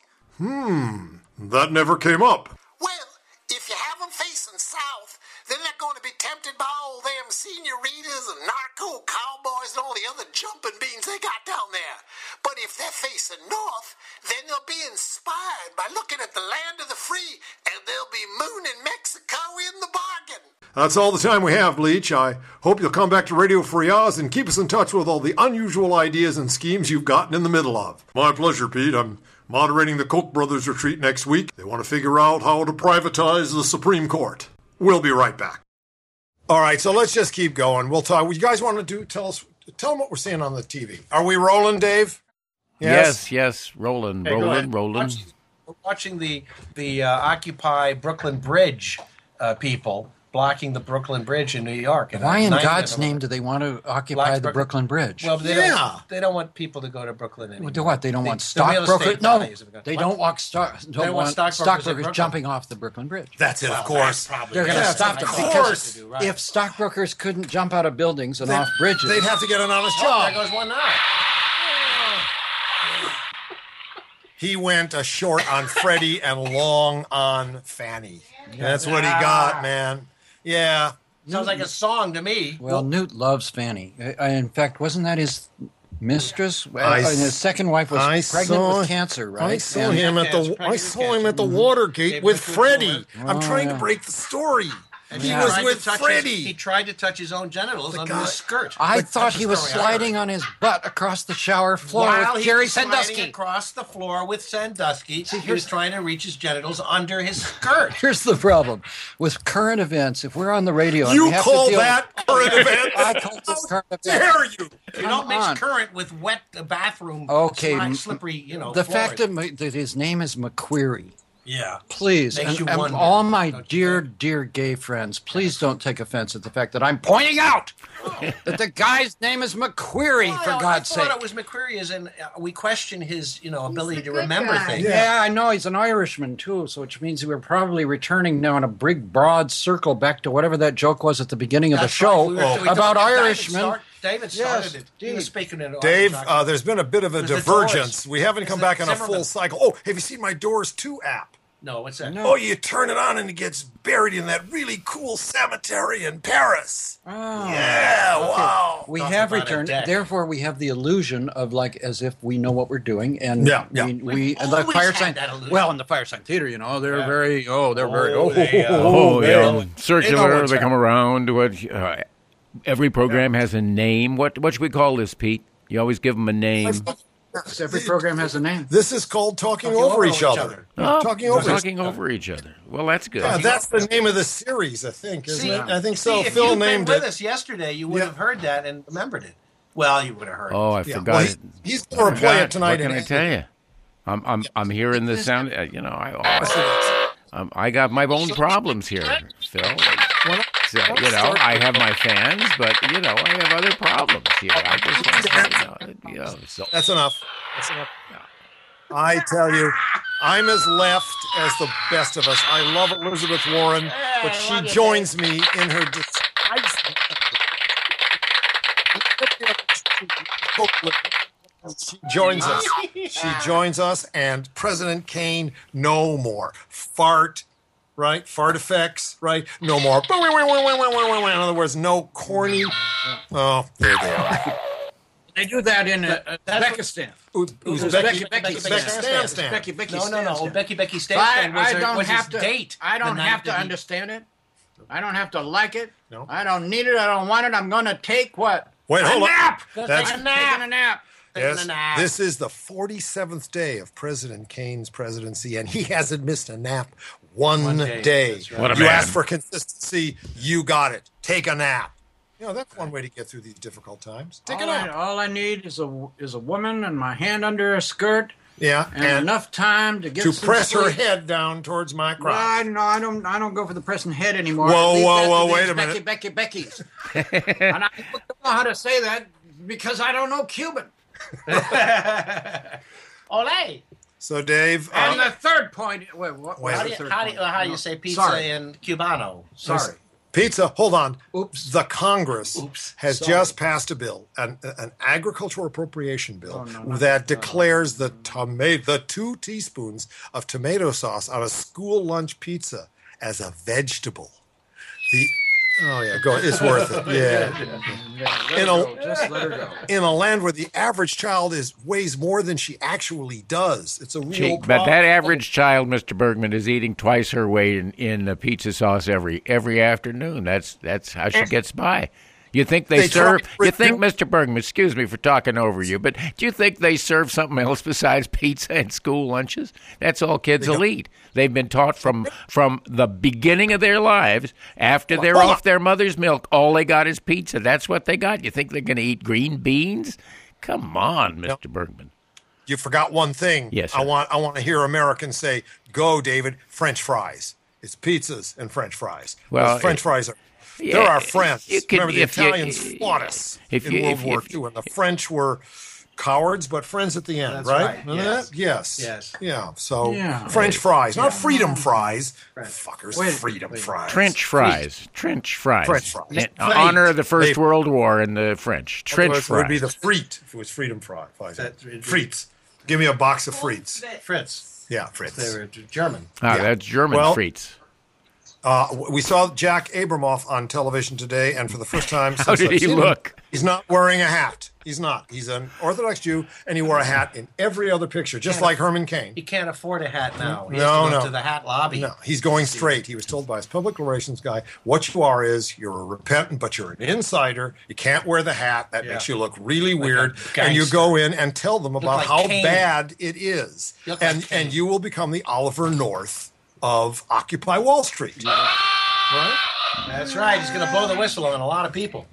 [SPEAKER 1] That never came up.
[SPEAKER 7] Well, if you have them facing south, then they're going to be tempted by all them senoritas and narco cowboys and all the other jumping beans they got down there. But if they're facing north, then they'll be inspired by looking at the land of the free, and they'll be mooning Mexico in the bargain.
[SPEAKER 1] That's all the time we have, Leach. I hope you'll come back to Radio Free Oz and keep us in touch with all the unusual ideas and schemes you've gotten in the middle of. My pleasure, Pete. I'm moderating the Koch brothers retreat next week. They want to figure out how to privatize the Supreme Court. We'll be right back. All right, so let's just keep going. We'll talk. You guys want to do tell us tell them what we're seeing on the TV. Are we rolling, Dave?
[SPEAKER 4] Yes, yes, Roland,
[SPEAKER 2] Hey, go
[SPEAKER 4] Roland,
[SPEAKER 2] ahead.
[SPEAKER 4] Roland.
[SPEAKER 2] Watch- We're watching the the uh, Occupy Brooklyn Bridge uh, people blocking the Brooklyn Bridge in New York. And
[SPEAKER 3] Why in
[SPEAKER 2] nine of
[SPEAKER 3] God's
[SPEAKER 2] them-
[SPEAKER 3] name do they want to occupy the
[SPEAKER 2] Blacksburg-
[SPEAKER 3] Brooklyn Bridge?
[SPEAKER 2] Well, they
[SPEAKER 1] Yeah.
[SPEAKER 2] don't. They don't want people to go to Brooklyn anymore.
[SPEAKER 3] Do what? They don't want
[SPEAKER 2] the
[SPEAKER 3] stock
[SPEAKER 2] real
[SPEAKER 3] broker.
[SPEAKER 2] estate
[SPEAKER 3] No,
[SPEAKER 2] companies have got-
[SPEAKER 3] they
[SPEAKER 2] What?
[SPEAKER 3] don't want stock. Don't,
[SPEAKER 2] want
[SPEAKER 3] want
[SPEAKER 2] stockbrokers at
[SPEAKER 3] stockbrokers
[SPEAKER 2] Brooklyn.
[SPEAKER 3] jumping off the Brooklyn Bridge.
[SPEAKER 1] That's it, of course.
[SPEAKER 3] They're going to
[SPEAKER 1] Yes,
[SPEAKER 3] stop
[SPEAKER 1] of
[SPEAKER 3] them
[SPEAKER 1] course.
[SPEAKER 3] because if stockbrokers couldn't jump out of buildings and off bridges,
[SPEAKER 1] They'd have to get an honest
[SPEAKER 2] Oh, there
[SPEAKER 1] job.
[SPEAKER 2] goes one eye.
[SPEAKER 1] He went a short on Freddie and long on Fanny. That's what he got, man. Yeah.
[SPEAKER 2] Sounds like a song to me.
[SPEAKER 3] well, Newt loves Fanny. I, I, in fact, wasn't that his mistress?
[SPEAKER 1] I
[SPEAKER 3] and his
[SPEAKER 1] s-
[SPEAKER 3] second wife was
[SPEAKER 1] I
[SPEAKER 3] pregnant
[SPEAKER 1] saw-
[SPEAKER 3] with cancer, right?
[SPEAKER 1] I saw
[SPEAKER 3] And-
[SPEAKER 1] him at the
[SPEAKER 2] Cancer,
[SPEAKER 1] I
[SPEAKER 2] pregnant
[SPEAKER 1] saw him
[SPEAKER 2] cancer.
[SPEAKER 1] at the Watergate
[SPEAKER 2] Gave
[SPEAKER 1] with
[SPEAKER 2] him a good
[SPEAKER 1] Freddie.
[SPEAKER 2] pull.
[SPEAKER 1] I'm
[SPEAKER 3] Oh,
[SPEAKER 1] trying
[SPEAKER 3] yeah.
[SPEAKER 1] to break the story.
[SPEAKER 2] And
[SPEAKER 1] He
[SPEAKER 2] he
[SPEAKER 1] was
[SPEAKER 2] tried to
[SPEAKER 1] with
[SPEAKER 2] touch his- he
[SPEAKER 1] Freddie.
[SPEAKER 2] tried to touch his own genitals under
[SPEAKER 1] guy-
[SPEAKER 2] his skirt.
[SPEAKER 3] I
[SPEAKER 1] But
[SPEAKER 3] thought
[SPEAKER 1] that's
[SPEAKER 3] he
[SPEAKER 1] the
[SPEAKER 3] was
[SPEAKER 1] story I
[SPEAKER 3] sliding on his butt across the shower floor
[SPEAKER 2] While
[SPEAKER 3] with
[SPEAKER 2] he
[SPEAKER 3] Jerry
[SPEAKER 2] was sliding
[SPEAKER 3] Sandusky.
[SPEAKER 2] across the floor with Sandusky, he was trying to reach his genitals under his skirt.
[SPEAKER 3] Here's the problem with current events. If we're on the radio, and we
[SPEAKER 1] You
[SPEAKER 3] have to
[SPEAKER 1] call
[SPEAKER 3] deal-
[SPEAKER 1] that current event?
[SPEAKER 3] I call
[SPEAKER 2] *laughs*
[SPEAKER 3] this current event.
[SPEAKER 1] Dare you?
[SPEAKER 2] You don't
[SPEAKER 3] Come
[SPEAKER 2] mix
[SPEAKER 3] on.
[SPEAKER 2] current with wet uh, bathroom.
[SPEAKER 3] Okay,
[SPEAKER 2] sli-
[SPEAKER 3] m-
[SPEAKER 2] slippery. You know
[SPEAKER 3] the
[SPEAKER 2] floors.
[SPEAKER 3] fact that, my, that his name is McQuery.
[SPEAKER 2] yeah,
[SPEAKER 3] Please,
[SPEAKER 2] Makes
[SPEAKER 3] and,
[SPEAKER 2] you
[SPEAKER 3] and
[SPEAKER 2] wonder,
[SPEAKER 3] all my
[SPEAKER 2] don't you
[SPEAKER 3] dear, dear gay friends, please don't take offense at the fact that I'm pointing out that the guy's name is McQuery,
[SPEAKER 2] Well,
[SPEAKER 3] for God's
[SPEAKER 2] Oh. I
[SPEAKER 3] sake.
[SPEAKER 2] thought it was McCreary, as in uh, we question his you know ability
[SPEAKER 6] the
[SPEAKER 2] to
[SPEAKER 6] good
[SPEAKER 2] remember
[SPEAKER 6] guy.
[SPEAKER 2] things.
[SPEAKER 3] yeah. I know he's an Irishman too, so which means we were probably returning now in a big, broad circle back to whatever that joke was at the beginning of the
[SPEAKER 2] That's
[SPEAKER 3] show Oh.
[SPEAKER 2] right, we were- we talked-
[SPEAKER 3] about
[SPEAKER 2] David
[SPEAKER 3] Irishmen.
[SPEAKER 2] start- David started it. He
[SPEAKER 3] indeed.
[SPEAKER 2] was speaking in
[SPEAKER 1] Dave,
[SPEAKER 2] Irish
[SPEAKER 1] uh, there's been a bit of a
[SPEAKER 2] It's the
[SPEAKER 1] divergence.
[SPEAKER 2] Doors.
[SPEAKER 1] We haven't
[SPEAKER 2] It's
[SPEAKER 1] come
[SPEAKER 2] the
[SPEAKER 1] back on a
[SPEAKER 2] Zimmerman.
[SPEAKER 1] full cycle. Oh, have you seen my Doors 2 app?
[SPEAKER 2] no, what's that?
[SPEAKER 1] Oh, you turn it on and it gets buried in that really cool cemetery in Paris. Yeah, wow.
[SPEAKER 3] We
[SPEAKER 2] Talked
[SPEAKER 3] have
[SPEAKER 2] about a
[SPEAKER 3] returned,
[SPEAKER 2] deck.
[SPEAKER 3] therefore we have the illusion of like as if we know what we're doing, and
[SPEAKER 1] Yeah, yeah.
[SPEAKER 3] we, we and the
[SPEAKER 2] always had
[SPEAKER 3] fireside.
[SPEAKER 2] that illusion.
[SPEAKER 3] Well, in the fireside theater, you know, they're very oh, they're very
[SPEAKER 2] Oh,
[SPEAKER 3] oh,
[SPEAKER 2] they, uh,
[SPEAKER 4] Oh, yeah,
[SPEAKER 2] man.
[SPEAKER 4] circular.
[SPEAKER 2] They know
[SPEAKER 4] They,
[SPEAKER 2] what's
[SPEAKER 4] come
[SPEAKER 2] happening.
[SPEAKER 4] around. What? Uh, every program has a name. What? What should we call this, Pete? You always give them a name.
[SPEAKER 3] every program has a name.
[SPEAKER 1] This is called talking, over, each other.
[SPEAKER 4] Oh,
[SPEAKER 1] talking over.
[SPEAKER 4] talking over each other. Well, that's good.
[SPEAKER 1] Yeah, that's the name of the series, I think. Isn't
[SPEAKER 2] See,
[SPEAKER 1] it? I think so.
[SPEAKER 2] See, if
[SPEAKER 1] Phil
[SPEAKER 2] you'd
[SPEAKER 1] named
[SPEAKER 2] been with
[SPEAKER 1] it.
[SPEAKER 2] us yesterday, you would
[SPEAKER 1] Yeah.
[SPEAKER 2] have heard that and remembered it. Well, you would have heard.
[SPEAKER 4] oh,
[SPEAKER 2] it.
[SPEAKER 4] I
[SPEAKER 1] Yeah,
[SPEAKER 4] forgot
[SPEAKER 1] well,
[SPEAKER 4] it.
[SPEAKER 1] he- he's going to play
[SPEAKER 4] God,
[SPEAKER 1] it tonight.
[SPEAKER 4] What can I
[SPEAKER 1] and-
[SPEAKER 4] tell you? I'm I'm I'm hearing the sound. Uh, you know, I um, I got my own problems here, Phil. So, you know, I have my fans, but you know, I have other problems here. I just want to, you know, you know so,
[SPEAKER 1] That's enough. That's enough. I tell you, I'm as left as the best of us. I love Elizabeth Warren, but she joins me in her despisement. She joins us. She joins us, and President Kane, no more fart, right? Fart effects, right? No more. In other words, no corny. Oh, there they are.
[SPEAKER 3] They do that in uh,
[SPEAKER 2] that's what-
[SPEAKER 3] Uzbekistan.
[SPEAKER 1] Uz- Uzbek-
[SPEAKER 2] Becky,
[SPEAKER 3] Becky, Becky,
[SPEAKER 2] Becky,
[SPEAKER 1] Uzbekistan stand.
[SPEAKER 3] Becky, Becky,
[SPEAKER 2] No, no,
[SPEAKER 3] stand,
[SPEAKER 2] no.
[SPEAKER 3] stand.
[SPEAKER 2] Becky Becky
[SPEAKER 3] So
[SPEAKER 2] Stanton was,
[SPEAKER 3] I, I
[SPEAKER 2] her-
[SPEAKER 3] don't
[SPEAKER 2] was
[SPEAKER 3] have
[SPEAKER 2] his
[SPEAKER 3] to.
[SPEAKER 2] date.
[SPEAKER 3] I
[SPEAKER 2] the
[SPEAKER 3] don't
[SPEAKER 2] night
[SPEAKER 3] have to
[SPEAKER 2] that he-
[SPEAKER 3] understand it. I don't have to like it.
[SPEAKER 1] No.
[SPEAKER 3] I don't need it. I don't want it. I'm going to take what.
[SPEAKER 1] Wait, hold
[SPEAKER 3] a
[SPEAKER 1] on.
[SPEAKER 3] nap.
[SPEAKER 1] That's-
[SPEAKER 3] I'm taking a nap.
[SPEAKER 1] Yes,
[SPEAKER 2] nap.
[SPEAKER 1] this is the 47th day of President Kane's presidency, and he hasn't missed a nap one,
[SPEAKER 2] day,
[SPEAKER 1] day.
[SPEAKER 2] that's right.
[SPEAKER 4] What a
[SPEAKER 1] you
[SPEAKER 4] man.
[SPEAKER 1] asked for consistency, you got it. Take a nap. You know, that's one way to get through these difficult times. Take
[SPEAKER 3] all,
[SPEAKER 1] it
[SPEAKER 3] I,
[SPEAKER 1] out.
[SPEAKER 3] all I need is a is a woman and my hand under her skirt
[SPEAKER 1] Yeah,
[SPEAKER 3] and,
[SPEAKER 1] and,
[SPEAKER 3] enough time to get
[SPEAKER 1] to
[SPEAKER 3] some
[SPEAKER 1] press her
[SPEAKER 3] sleep.
[SPEAKER 1] head down towards my
[SPEAKER 3] Well, I,
[SPEAKER 1] crotch.
[SPEAKER 3] no, I don't. I don't go for the pressing head anymore.
[SPEAKER 1] Whoa,
[SPEAKER 3] I leave
[SPEAKER 1] whoa,
[SPEAKER 3] that to
[SPEAKER 1] whoa,
[SPEAKER 3] these
[SPEAKER 1] wait a
[SPEAKER 3] Becky,
[SPEAKER 1] minute.
[SPEAKER 3] Becky, Becky's. and I don't know how to say that because I don't know Cuban.
[SPEAKER 8] Olay.
[SPEAKER 1] So, Dave,
[SPEAKER 3] And
[SPEAKER 1] uh,
[SPEAKER 3] the third point. Wait,
[SPEAKER 1] Wait.
[SPEAKER 3] what? what's
[SPEAKER 8] How
[SPEAKER 3] the
[SPEAKER 8] do you,
[SPEAKER 3] third
[SPEAKER 8] how do you,
[SPEAKER 3] point?
[SPEAKER 8] how do you say pizza
[SPEAKER 3] Sorry.
[SPEAKER 8] in Cubano? Sorry.
[SPEAKER 1] pizza. Hold on.
[SPEAKER 3] Oops.
[SPEAKER 1] The Congress
[SPEAKER 8] Oops,
[SPEAKER 1] has
[SPEAKER 8] sorry.
[SPEAKER 1] just passed a bill, an, an agricultural appropriation bill
[SPEAKER 3] Oh, no, not-
[SPEAKER 1] that declares the tomato, the two teaspoons of tomato sauce on a school lunch pizza as a vegetable. The oh yeah, go. It's worth
[SPEAKER 3] *laughs*
[SPEAKER 1] it. Yeah. In a,
[SPEAKER 3] Just let her go.
[SPEAKER 1] in a land where the average child is weighs more than she actually does. It's a real
[SPEAKER 4] Gee,
[SPEAKER 1] problem.
[SPEAKER 4] but that average child, Mr. Bergman, is eating twice her weight in, in uh, pizza sauce every every afternoon. That's that's how she gets by. You think they,
[SPEAKER 1] Eh. They try
[SPEAKER 4] serve?
[SPEAKER 1] to
[SPEAKER 4] You think,
[SPEAKER 1] reduce-
[SPEAKER 4] Mr. Bergman? Excuse me for talking over you, but do you think they serve something else besides pizza and school lunches? That's all kids will eat. They've been taught from from the beginning of their lives. After they're
[SPEAKER 1] hold on.
[SPEAKER 4] off their mother's milk, all they got is pizza. That's what they got. You think they're going to eat green beans? Come on, Mr. Bergman.
[SPEAKER 1] you forgot one thing.
[SPEAKER 4] Yes,
[SPEAKER 1] I
[SPEAKER 4] sir.
[SPEAKER 1] want I want to hear Americans say, "Go, David, French fries." It's pizzas and French fries.
[SPEAKER 4] Well,
[SPEAKER 1] Those French
[SPEAKER 4] it-
[SPEAKER 1] fries are
[SPEAKER 4] yeah,
[SPEAKER 1] they're our
[SPEAKER 4] it-
[SPEAKER 1] friends.
[SPEAKER 4] you could-
[SPEAKER 1] Remember the
[SPEAKER 4] if you- eh,
[SPEAKER 1] Italians fought us
[SPEAKER 4] if
[SPEAKER 1] in
[SPEAKER 4] you-
[SPEAKER 1] World
[SPEAKER 4] if-
[SPEAKER 1] War
[SPEAKER 4] if-
[SPEAKER 1] II, and the French were cowards but friends at the end,
[SPEAKER 2] That's
[SPEAKER 1] right?
[SPEAKER 2] right,
[SPEAKER 1] Remember
[SPEAKER 2] yes.
[SPEAKER 1] that? yes.
[SPEAKER 2] Yes.
[SPEAKER 1] Yeah. So
[SPEAKER 3] Yeah.
[SPEAKER 1] French fries, not freedom fries. Fuckers,
[SPEAKER 3] Wait.
[SPEAKER 1] freedom fries.
[SPEAKER 4] Trench fries. Trench fries.
[SPEAKER 1] Trench fries.
[SPEAKER 4] In
[SPEAKER 2] Plate.
[SPEAKER 4] honor of the First
[SPEAKER 1] Plate.
[SPEAKER 4] World War and the French. Trench
[SPEAKER 1] Otherwise, It
[SPEAKER 4] fries.
[SPEAKER 1] would be the frites if it was freedom fries. fries.
[SPEAKER 2] That's right.
[SPEAKER 1] Frites. Give me a box of frites.
[SPEAKER 2] Fritz.
[SPEAKER 1] Yeah,
[SPEAKER 2] They
[SPEAKER 1] frites.
[SPEAKER 2] were German.
[SPEAKER 4] ah,
[SPEAKER 1] yeah.
[SPEAKER 4] that's German
[SPEAKER 1] Well-
[SPEAKER 4] frites.
[SPEAKER 1] Uh, w- we saw Jack Abramoff on television today, and for the first time since
[SPEAKER 4] *laughs* How did
[SPEAKER 1] I've
[SPEAKER 4] he
[SPEAKER 1] seen him,
[SPEAKER 4] look?
[SPEAKER 1] he's not wearing a hat. He's not. He's an Orthodox Jew, and he wore a hat in every other picture, just like Herman
[SPEAKER 2] He
[SPEAKER 1] Cain.
[SPEAKER 2] can't afford a hat now. He
[SPEAKER 1] No,
[SPEAKER 2] has to go
[SPEAKER 1] no.
[SPEAKER 2] To the hat lobby.
[SPEAKER 1] No, he's going straight. He was told by his public relations guy, "What you are is you're a repentant, but you're an insider. You can't wear the hat. That
[SPEAKER 2] Yeah.
[SPEAKER 1] makes you look really weird." And you
[SPEAKER 2] gangster.
[SPEAKER 1] go in and tell them about
[SPEAKER 2] like
[SPEAKER 1] how
[SPEAKER 2] Cain.
[SPEAKER 1] bad it is,
[SPEAKER 2] You look like
[SPEAKER 1] and
[SPEAKER 2] Cain.
[SPEAKER 1] and you will become the Oliver North of Occupy Wall Street. Right?
[SPEAKER 2] That's right. He's going to blow the whistle on a lot of people.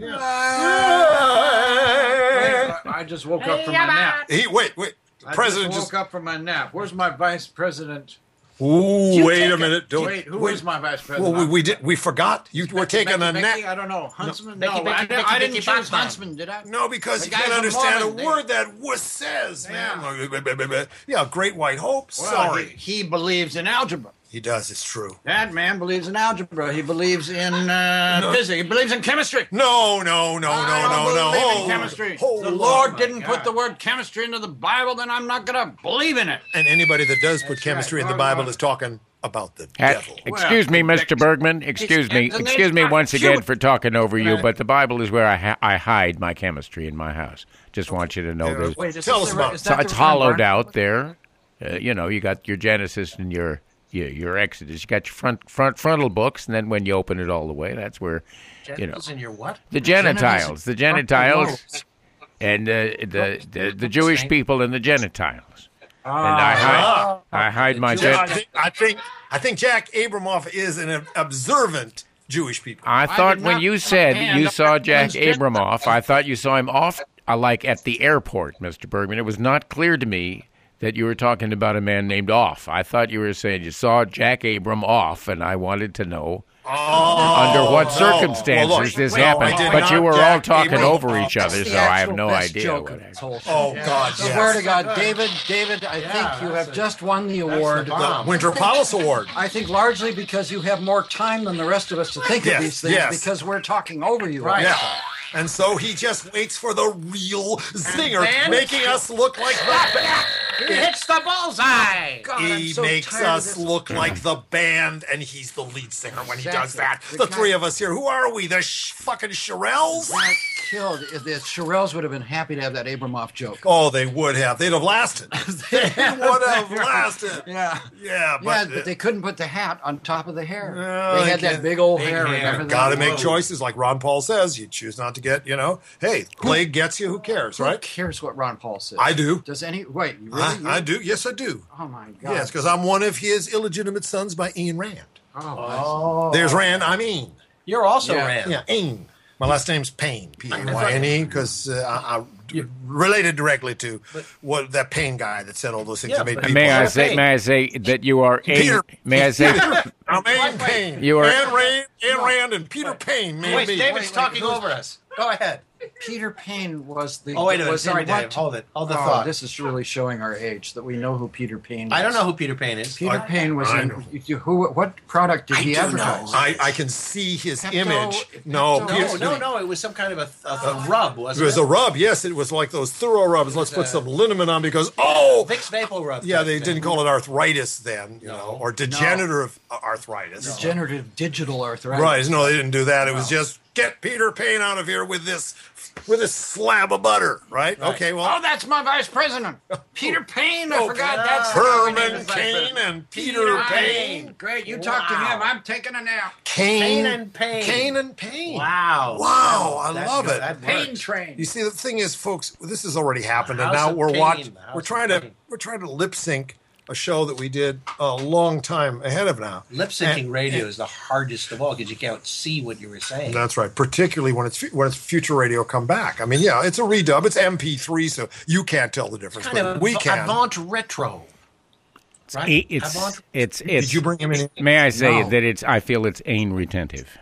[SPEAKER 3] I I just woke up from my nap.
[SPEAKER 1] He wait, wait. The
[SPEAKER 3] I
[SPEAKER 1] president
[SPEAKER 3] just woke
[SPEAKER 1] just,
[SPEAKER 3] up from my nap. Where's my vice president?
[SPEAKER 1] Ooh, wait a minute. Don't
[SPEAKER 3] Wait, who
[SPEAKER 1] wait.
[SPEAKER 3] is my vice
[SPEAKER 1] Well,
[SPEAKER 3] president?
[SPEAKER 1] we, we did we forgot. You were
[SPEAKER 3] Becky,
[SPEAKER 1] taking a
[SPEAKER 3] Becky,
[SPEAKER 1] nap.
[SPEAKER 3] I don't know. Huntsman?
[SPEAKER 8] Becky,
[SPEAKER 3] no,
[SPEAKER 8] Becky,
[SPEAKER 3] I, didn't-
[SPEAKER 8] Becky,
[SPEAKER 3] I didn't
[SPEAKER 8] Becky
[SPEAKER 3] choose
[SPEAKER 8] Bachmann.
[SPEAKER 3] Huntsman, did I?
[SPEAKER 1] No, because you
[SPEAKER 3] guy's
[SPEAKER 1] can't
[SPEAKER 3] a
[SPEAKER 1] understand a
[SPEAKER 3] Mormon, they-
[SPEAKER 1] word that wuss says, man. Yeah, great white hope.
[SPEAKER 3] Well,
[SPEAKER 1] Sorry.
[SPEAKER 3] He, he believes in algebra.
[SPEAKER 1] He does, it's true.
[SPEAKER 3] That man believes in algebra. He believes in uh, physics. He believes in chemistry.
[SPEAKER 1] No, no, no,
[SPEAKER 3] I
[SPEAKER 1] no,
[SPEAKER 3] don't
[SPEAKER 1] no, no.
[SPEAKER 3] believe in
[SPEAKER 1] Hold-
[SPEAKER 3] chemistry.
[SPEAKER 1] hold
[SPEAKER 3] the
[SPEAKER 1] on. Oh
[SPEAKER 3] Lord didn't put the word chemistry into the Bible, then I'm not going to believe in it.
[SPEAKER 1] And anybody that does put chemistry in the Bible is talking about the
[SPEAKER 4] Hat-
[SPEAKER 1] devil.
[SPEAKER 4] excuse me,
[SPEAKER 3] Well,
[SPEAKER 4] Mr. Bergman. Excuse me.
[SPEAKER 3] it's- Ah, it's-
[SPEAKER 4] Excuse me
[SPEAKER 3] it's-
[SPEAKER 4] once again
[SPEAKER 3] shoot.
[SPEAKER 4] for talking over you, but the Bible is where I, ha- I hide my chemistry in my house. Just want you to know there's
[SPEAKER 1] Wait, Tell us about it.
[SPEAKER 4] So it's hollowed out there. Uh, you know, you got your Genesis and your your, your Exodus. You got your front front frontal books, and then when you open it all the way, that's where you know
[SPEAKER 2] Genitals in your what?
[SPEAKER 4] the genitals, the genitals, and uh, the, the Ah. the Jewish people and the genitals. And
[SPEAKER 1] Ah.
[SPEAKER 4] I hide, I hide my
[SPEAKER 1] Yeah, I
[SPEAKER 4] gen-
[SPEAKER 1] think, I think I think Jack Abramoff is an observant Jewish people.
[SPEAKER 4] I thought
[SPEAKER 3] did
[SPEAKER 4] when
[SPEAKER 3] not
[SPEAKER 4] you
[SPEAKER 3] put my
[SPEAKER 4] said
[SPEAKER 3] hand
[SPEAKER 4] you
[SPEAKER 3] up
[SPEAKER 4] saw
[SPEAKER 3] that
[SPEAKER 4] Jack
[SPEAKER 3] man's gen-
[SPEAKER 4] Abramoff, I thought you saw him off, uh, like at the airport, Mr. Bergman. It was not clear to me that you were talking about a man named Off. I thought you were saying you saw Jack Abram off, and I wanted to know under what circumstances
[SPEAKER 1] Oh, Well, look,
[SPEAKER 4] this
[SPEAKER 1] well, I
[SPEAKER 4] happened.
[SPEAKER 1] did
[SPEAKER 4] But you
[SPEAKER 1] not
[SPEAKER 4] were all
[SPEAKER 1] Jack
[SPEAKER 4] talking
[SPEAKER 1] Abram
[SPEAKER 4] over
[SPEAKER 1] off.
[SPEAKER 4] each other, so I have no idea what. happened.
[SPEAKER 1] Oh God, yes.
[SPEAKER 3] Swear to God, David, David, I think you
[SPEAKER 2] that's
[SPEAKER 3] have
[SPEAKER 2] a-
[SPEAKER 3] just won the
[SPEAKER 2] the
[SPEAKER 3] award.
[SPEAKER 2] bomb.
[SPEAKER 1] Winter Palace Award.
[SPEAKER 3] *laughs* I think largely because you have more time than the rest of us to think
[SPEAKER 1] Yes,
[SPEAKER 3] of these things
[SPEAKER 1] yes.
[SPEAKER 3] because we're talking over you.
[SPEAKER 2] Right.
[SPEAKER 1] Yeah. And so he just waits for the real zinger,
[SPEAKER 8] then-
[SPEAKER 1] making us look like the band.
[SPEAKER 8] He hits the bullseye.
[SPEAKER 3] God, I'm
[SPEAKER 1] He
[SPEAKER 3] so
[SPEAKER 1] makes
[SPEAKER 3] tired of
[SPEAKER 1] us
[SPEAKER 3] this.
[SPEAKER 1] look like the band, and he's the lead singer when he does
[SPEAKER 3] Exactly.
[SPEAKER 1] that.
[SPEAKER 3] The
[SPEAKER 1] The
[SPEAKER 3] guy-
[SPEAKER 1] three of us here, who are we? The sh- fucking Shirelles?
[SPEAKER 3] That killed. If the Shirelles would have been happy to have that Abramoff joke.
[SPEAKER 1] Oh, they would have. They'd have
[SPEAKER 3] *laughs*
[SPEAKER 1] lasted. they would have lasted.
[SPEAKER 3] Yeah.
[SPEAKER 1] Yeah,
[SPEAKER 3] yeah,
[SPEAKER 1] but,
[SPEAKER 3] but they couldn't put the hat on top of the hair.
[SPEAKER 1] No,
[SPEAKER 3] they
[SPEAKER 1] they
[SPEAKER 3] had
[SPEAKER 1] can't.
[SPEAKER 3] that big old
[SPEAKER 2] Big
[SPEAKER 3] hair.
[SPEAKER 2] hair.
[SPEAKER 3] Remember that?
[SPEAKER 1] Got to make choices, like Ron Paul says. You choose not to get, you know. Hey, plague gets you. Who cares,
[SPEAKER 3] Who
[SPEAKER 1] right?
[SPEAKER 3] cares what Ron Paul says?
[SPEAKER 1] I do.
[SPEAKER 3] Does any wait? you Really?
[SPEAKER 1] I,
[SPEAKER 3] You-
[SPEAKER 1] I do. Yes, I do.
[SPEAKER 3] Oh my God.
[SPEAKER 1] Yes, because I'm one of his illegitimate sons by Ayn Rand.
[SPEAKER 3] Oh,
[SPEAKER 1] There's Rand. I'm Ayn.
[SPEAKER 2] You're also
[SPEAKER 3] Yeah.
[SPEAKER 2] Rand.
[SPEAKER 1] Yeah, Ayn. My last name's Payne, P A Y N E, because uh, I, I related directly to what that Payne guy that said all those things.
[SPEAKER 2] Yeah,
[SPEAKER 1] that made
[SPEAKER 2] but-
[SPEAKER 1] people
[SPEAKER 4] May I
[SPEAKER 1] laugh.
[SPEAKER 4] say? May I say that you are a?
[SPEAKER 1] Peter.
[SPEAKER 4] May I say?
[SPEAKER 1] I'm Ann Payne.
[SPEAKER 4] You are-
[SPEAKER 1] Ann Rand, Ann Rand and Peter Payne made
[SPEAKER 2] Wait,
[SPEAKER 1] me.
[SPEAKER 2] David's talking over us. Go ahead.
[SPEAKER 3] Peter Payne was the.
[SPEAKER 2] Oh, wait a minute.
[SPEAKER 3] was in
[SPEAKER 2] Sorry,
[SPEAKER 3] what-
[SPEAKER 2] Dave. Hold it. Hold the
[SPEAKER 3] Oh,
[SPEAKER 2] thought.
[SPEAKER 3] This is really showing our age that we know who Peter Payne.
[SPEAKER 2] I don't
[SPEAKER 3] is.
[SPEAKER 2] know who Peter Payne is.
[SPEAKER 3] Peter Payne was
[SPEAKER 1] I
[SPEAKER 3] in.
[SPEAKER 1] know.
[SPEAKER 3] you- Who? What product did he advertise?
[SPEAKER 1] I, I can see his
[SPEAKER 3] Pepto-
[SPEAKER 1] image. No,
[SPEAKER 3] Pepto-
[SPEAKER 2] Oh, no,
[SPEAKER 1] Peter-
[SPEAKER 2] no, no. It was some kind of a, a, a rub,
[SPEAKER 1] It
[SPEAKER 2] wasn't it?
[SPEAKER 1] was a rub. Yes, it was like those thorough rubs. Let's put some liniment on because oh,
[SPEAKER 2] Vicks Vapor Rub.
[SPEAKER 1] yeah,
[SPEAKER 2] type
[SPEAKER 1] they
[SPEAKER 2] thing.
[SPEAKER 1] didn't call it arthritis then, you know, or degenerative arthritis.
[SPEAKER 3] Degenerative digital arthritis.
[SPEAKER 1] Right? No, they didn't do that. It was just get Peter Payne out of here with this, with this slab of butter. Right? Okay.
[SPEAKER 5] Oh,
[SPEAKER 1] Well,
[SPEAKER 5] that's my vice president,
[SPEAKER 1] *laughs*
[SPEAKER 5] Peter Payne. I forgot that's
[SPEAKER 1] Herman Cain and Peter Payne.
[SPEAKER 5] Great, you talk to
[SPEAKER 2] Wow.
[SPEAKER 5] him. I'm taking a nap.
[SPEAKER 1] Cain
[SPEAKER 2] and Payne.
[SPEAKER 1] Cain and Payne.
[SPEAKER 2] Wow.
[SPEAKER 1] Wow, I
[SPEAKER 2] That-
[SPEAKER 1] love it.
[SPEAKER 2] that
[SPEAKER 5] Pain
[SPEAKER 2] worked.
[SPEAKER 5] train.
[SPEAKER 1] You see, the thing is, folks, this has already happened, and
[SPEAKER 2] House
[SPEAKER 1] now
[SPEAKER 2] of
[SPEAKER 1] we're
[SPEAKER 2] Pain,
[SPEAKER 1] watching.
[SPEAKER 2] the House
[SPEAKER 1] We're
[SPEAKER 2] of
[SPEAKER 1] trying to
[SPEAKER 2] Pain.
[SPEAKER 1] we're trying to lip sync a show that we did a long time ahead of now.
[SPEAKER 2] Lip syncing
[SPEAKER 1] And-
[SPEAKER 2] radio is the hardest of all because you can't see what you were saying.
[SPEAKER 1] That's right. Particularly when it's fu- when it's future radio come back. I mean, yeah, it's a redub. It's MP3, so you can't tell the difference,
[SPEAKER 2] kind
[SPEAKER 1] but
[SPEAKER 2] of
[SPEAKER 1] we
[SPEAKER 2] av-
[SPEAKER 1] can.
[SPEAKER 2] avant retro. Right?
[SPEAKER 4] It's it's
[SPEAKER 2] Avant-
[SPEAKER 4] it's.
[SPEAKER 1] Did you bring him in?
[SPEAKER 4] May I say
[SPEAKER 2] No.
[SPEAKER 4] that it's? I feel it's ain retentive.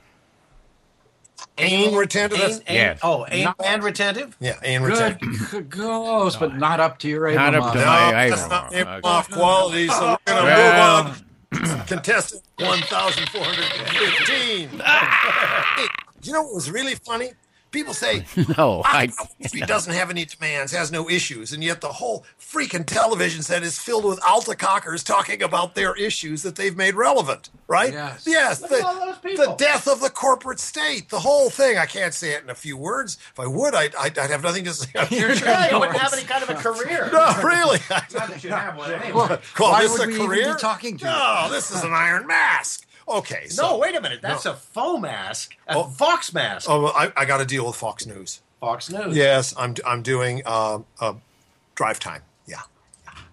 [SPEAKER 1] Ain retentive.
[SPEAKER 2] Ain,
[SPEAKER 1] That's-
[SPEAKER 2] ain,
[SPEAKER 4] Yeah.
[SPEAKER 2] Oh, ain and retentive?
[SPEAKER 1] Yeah, ain
[SPEAKER 3] Good
[SPEAKER 1] retentive.
[SPEAKER 3] goes, but not up to your
[SPEAKER 4] Not up to
[SPEAKER 1] No,
[SPEAKER 3] Avamon.
[SPEAKER 4] my- I-
[SPEAKER 1] that's not
[SPEAKER 4] okay.
[SPEAKER 1] aim off quality. So we're gonna
[SPEAKER 4] Well. um,
[SPEAKER 1] move on. *clears throat* Contestant one thousand four hundred fifteen.
[SPEAKER 4] Ah!
[SPEAKER 1] *laughs* you know what was really funny? People say
[SPEAKER 4] No, I.
[SPEAKER 1] He doesn't have any demands, has no issues, and yet the whole freaking television set is filled with altacockers talking about their issues that they've made relevant, right?
[SPEAKER 3] Yes.
[SPEAKER 1] the, the death of the corporate state, the whole thing. I can't say it in a few words. If I would, I'd, I'd, I'd have nothing to
[SPEAKER 3] *laughs*
[SPEAKER 1] say.
[SPEAKER 2] Yeah, you wouldn't have any kind of a career.
[SPEAKER 1] no, really.
[SPEAKER 2] Not that you have one anyway.
[SPEAKER 3] Look,
[SPEAKER 1] *laughs* Call
[SPEAKER 3] why
[SPEAKER 1] this
[SPEAKER 3] would
[SPEAKER 1] a
[SPEAKER 3] we even
[SPEAKER 1] career?
[SPEAKER 3] be talking to you?
[SPEAKER 1] no, this is an iron mask. Okay, so.
[SPEAKER 2] No, wait a minute. That's a faux mask. A Fox mask.
[SPEAKER 1] Oh, well, I, I got to deal with Fox News.
[SPEAKER 2] Fox News.
[SPEAKER 1] Yes, I'm, I'm doing um uh, drive time. Yeah.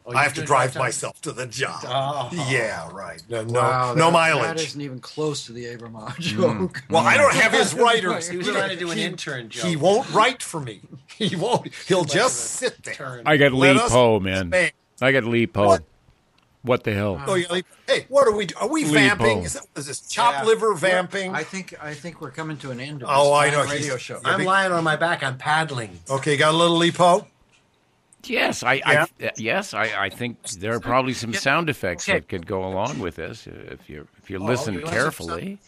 [SPEAKER 2] Oh,
[SPEAKER 1] I
[SPEAKER 2] you're
[SPEAKER 1] have to
[SPEAKER 2] doing
[SPEAKER 1] drive
[SPEAKER 2] drive-time?
[SPEAKER 1] myself to the job.
[SPEAKER 2] Oh.
[SPEAKER 1] Yeah, right. No, no,
[SPEAKER 3] Wow,
[SPEAKER 1] no
[SPEAKER 3] that- That
[SPEAKER 1] mileage. Hmm.
[SPEAKER 3] isn't even close to the Avamon joke.
[SPEAKER 1] Well, I don't
[SPEAKER 2] *laughs*
[SPEAKER 1] have his writers.
[SPEAKER 3] He
[SPEAKER 2] was trying to do an intern joke.
[SPEAKER 1] He won't write for me. *laughs* He won't. He'll just sit there.
[SPEAKER 4] I got
[SPEAKER 1] Let
[SPEAKER 4] Lee
[SPEAKER 1] us
[SPEAKER 4] Poe, man.
[SPEAKER 1] expand.
[SPEAKER 4] I got Lee Poe.
[SPEAKER 1] What?
[SPEAKER 4] What the hell?
[SPEAKER 1] Oh, yeah, like, hey, what are we? do- Are we
[SPEAKER 4] Lee
[SPEAKER 1] vamping?
[SPEAKER 4] Poe.
[SPEAKER 1] Is, that, is this chop
[SPEAKER 2] Yeah.
[SPEAKER 1] liver vamping?
[SPEAKER 3] I think I think we're coming to an end of
[SPEAKER 1] Oh, I
[SPEAKER 3] this fine
[SPEAKER 1] know.
[SPEAKER 3] radio
[SPEAKER 1] He's-
[SPEAKER 3] show.
[SPEAKER 1] yeah.
[SPEAKER 2] I'm lying on my back. I'm paddling.
[SPEAKER 1] okay, got a little lipo.
[SPEAKER 4] Yes, I,
[SPEAKER 1] Yeah.
[SPEAKER 4] I uh, yes, I, I think there are probably some sound effects that could go along with this uh, if you if
[SPEAKER 1] Oh,
[SPEAKER 4] you listen
[SPEAKER 2] you want some
[SPEAKER 4] carefully.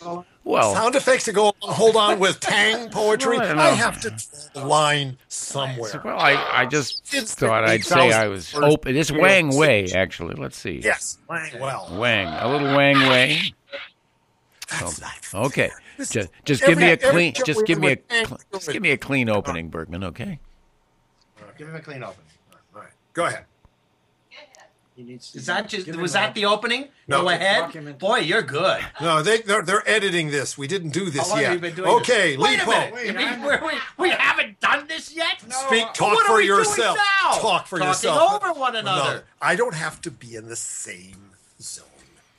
[SPEAKER 4] Well,
[SPEAKER 1] Sound effects to go. Hold on
[SPEAKER 2] *laughs*
[SPEAKER 1] with tang poetry.
[SPEAKER 4] Well, I don't
[SPEAKER 1] I
[SPEAKER 4] know.
[SPEAKER 1] have to draw a line somewhere.
[SPEAKER 4] well, I, I just
[SPEAKER 1] It's
[SPEAKER 4] thought I'd say I was
[SPEAKER 1] 15,000
[SPEAKER 4] open. It's Wang Wei, actually. Let's see.
[SPEAKER 1] Yes. Well,
[SPEAKER 4] Wang, a little Wang Wei.
[SPEAKER 1] that's life.
[SPEAKER 4] Okay,
[SPEAKER 1] This-
[SPEAKER 4] just just
[SPEAKER 1] every-
[SPEAKER 4] give me a
[SPEAKER 1] every
[SPEAKER 4] clean,
[SPEAKER 1] show
[SPEAKER 4] just
[SPEAKER 1] we
[SPEAKER 4] give
[SPEAKER 1] do
[SPEAKER 4] me a,
[SPEAKER 1] with Tang
[SPEAKER 4] cl- just
[SPEAKER 1] poetry.
[SPEAKER 4] give me a clean opening, Bergman. Okay.
[SPEAKER 2] Give him a clean opening.
[SPEAKER 1] All right, go ahead.
[SPEAKER 2] Is that just,
[SPEAKER 3] Give him
[SPEAKER 2] was
[SPEAKER 3] a-
[SPEAKER 2] that the opening?
[SPEAKER 1] No.
[SPEAKER 2] Go ahead.
[SPEAKER 3] Document.
[SPEAKER 2] Boy, you're good.
[SPEAKER 1] No, they they're, they're editing this. We didn't do this
[SPEAKER 2] How long
[SPEAKER 1] yet.
[SPEAKER 2] have you Oh, been doing
[SPEAKER 1] okay,
[SPEAKER 2] this? Wait a
[SPEAKER 1] Lipo.
[SPEAKER 2] minute. You mean we're- we, we haven't done this yet?
[SPEAKER 1] Speak, talk
[SPEAKER 2] What are
[SPEAKER 1] for
[SPEAKER 2] we doing
[SPEAKER 1] yourself.
[SPEAKER 2] now?
[SPEAKER 1] Talk for
[SPEAKER 2] Talking
[SPEAKER 1] yourself.
[SPEAKER 2] over one another.
[SPEAKER 1] I don't have to be in the same zone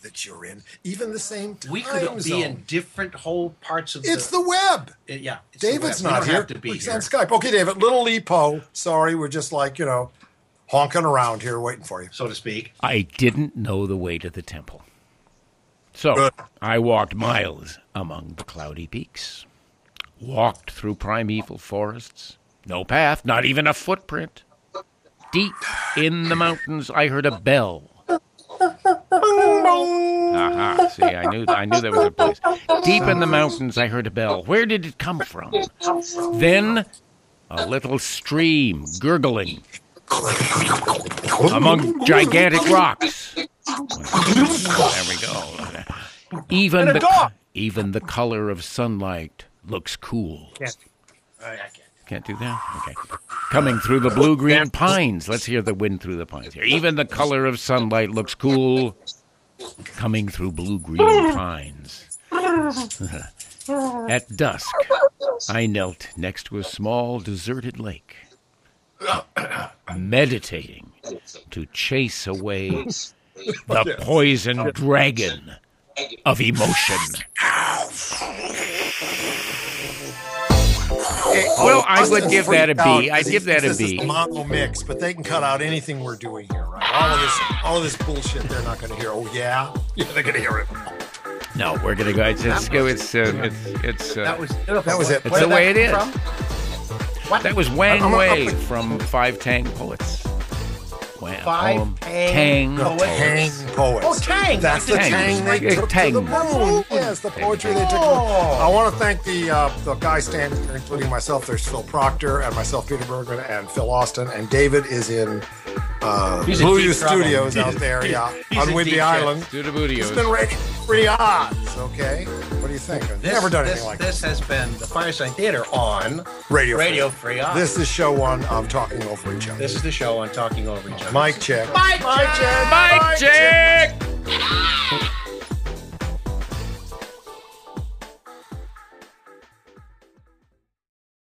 [SPEAKER 1] that you're in, even the same time
[SPEAKER 2] We could be
[SPEAKER 1] zone.
[SPEAKER 2] in different whole parts of
[SPEAKER 1] It's
[SPEAKER 2] the.
[SPEAKER 1] the web.
[SPEAKER 2] the yeah. it's the
[SPEAKER 1] David's
[SPEAKER 2] web.
[SPEAKER 1] not
[SPEAKER 2] we don't
[SPEAKER 1] here.
[SPEAKER 2] Have to be
[SPEAKER 1] He's
[SPEAKER 2] here.
[SPEAKER 1] on Skype. Okay, David. Little Lipo. Sorry, we're just like you know, honking around here waiting for you.
[SPEAKER 2] so to speak.
[SPEAKER 4] I didn't know the way to the temple. So
[SPEAKER 1] Good.
[SPEAKER 4] I walked miles among the cloudy peaks, walked through primeval forests, no path, not even a footprint. Deep in the mountains, I heard a bell. Aha! See, I knew I knew there was a place. Deep in the mountains, I heard a bell. Where did it come from? Then, a little stream gurgling among gigantic rocks. There we go. Even the, even the color of sunlight looks cool. Can't do that? Okay. Coming through the blue green pines. Let's hear the wind through the pines here. Even the color of sunlight looks cool. Coming through blue green pines. *laughs* At dusk, I knelt next to a small deserted lake, meditating to chase
[SPEAKER 2] *laughs*
[SPEAKER 4] away the poison dragon
[SPEAKER 2] *laughs*
[SPEAKER 4] of emotion. Eh, well, I would give that a B. I'd give that a
[SPEAKER 1] This is
[SPEAKER 4] B.
[SPEAKER 1] the Mambo mix, but they can cut out anything we're doing here, right? All of this, all of this bullshit, they're not going to hear. Oh yeah, *laughs* yeah, they're going to hear it.
[SPEAKER 4] No, we're gonna go. It's it's it's uh, it's, it's uh,
[SPEAKER 2] That was beautiful.
[SPEAKER 1] That was it.
[SPEAKER 4] It's
[SPEAKER 2] Where
[SPEAKER 4] the
[SPEAKER 2] did
[SPEAKER 4] way it is.
[SPEAKER 2] that Uh, come
[SPEAKER 4] That was Wang
[SPEAKER 1] I'm- I'm-
[SPEAKER 4] Wei
[SPEAKER 1] I'm-
[SPEAKER 4] from Five Tang Poets. Wow.
[SPEAKER 2] Five
[SPEAKER 4] Um,
[SPEAKER 2] Tang
[SPEAKER 4] Tang.
[SPEAKER 2] Poets.
[SPEAKER 1] Tang poets.
[SPEAKER 2] Oh, Tang.
[SPEAKER 1] That's the
[SPEAKER 4] Tang.
[SPEAKER 1] Tang they
[SPEAKER 4] Yeah,
[SPEAKER 1] took
[SPEAKER 4] Tang.
[SPEAKER 1] to the moon. Yes, the poetry they took. To the
[SPEAKER 2] Oh.
[SPEAKER 1] I want to thank the uh, the guy standing here, including myself. There's Phil Proctor and myself, Peter Bergman, and Phil Austin, and David is in uh,
[SPEAKER 2] He's in
[SPEAKER 1] Blue
[SPEAKER 2] deep
[SPEAKER 1] U
[SPEAKER 2] trouble.
[SPEAKER 1] Studios out there, yeah,
[SPEAKER 2] he's
[SPEAKER 1] on
[SPEAKER 2] in
[SPEAKER 1] Whidbey
[SPEAKER 2] deep
[SPEAKER 1] Island.
[SPEAKER 4] Do the
[SPEAKER 1] It's been
[SPEAKER 4] bootios.
[SPEAKER 1] raining three odds. Okay, what do you think? I've
[SPEAKER 2] This,
[SPEAKER 1] never done
[SPEAKER 2] this,
[SPEAKER 1] anything like
[SPEAKER 2] this has been the Fireside Theater on
[SPEAKER 1] Radio
[SPEAKER 2] Radio
[SPEAKER 1] Free.
[SPEAKER 2] Free. Oz.
[SPEAKER 1] This is show one of Talking Over Each Other.
[SPEAKER 2] this is the show on talking over each other.
[SPEAKER 1] Mic check.
[SPEAKER 8] Mike,
[SPEAKER 1] Mic check.
[SPEAKER 4] Mike Jack!
[SPEAKER 7] Ah,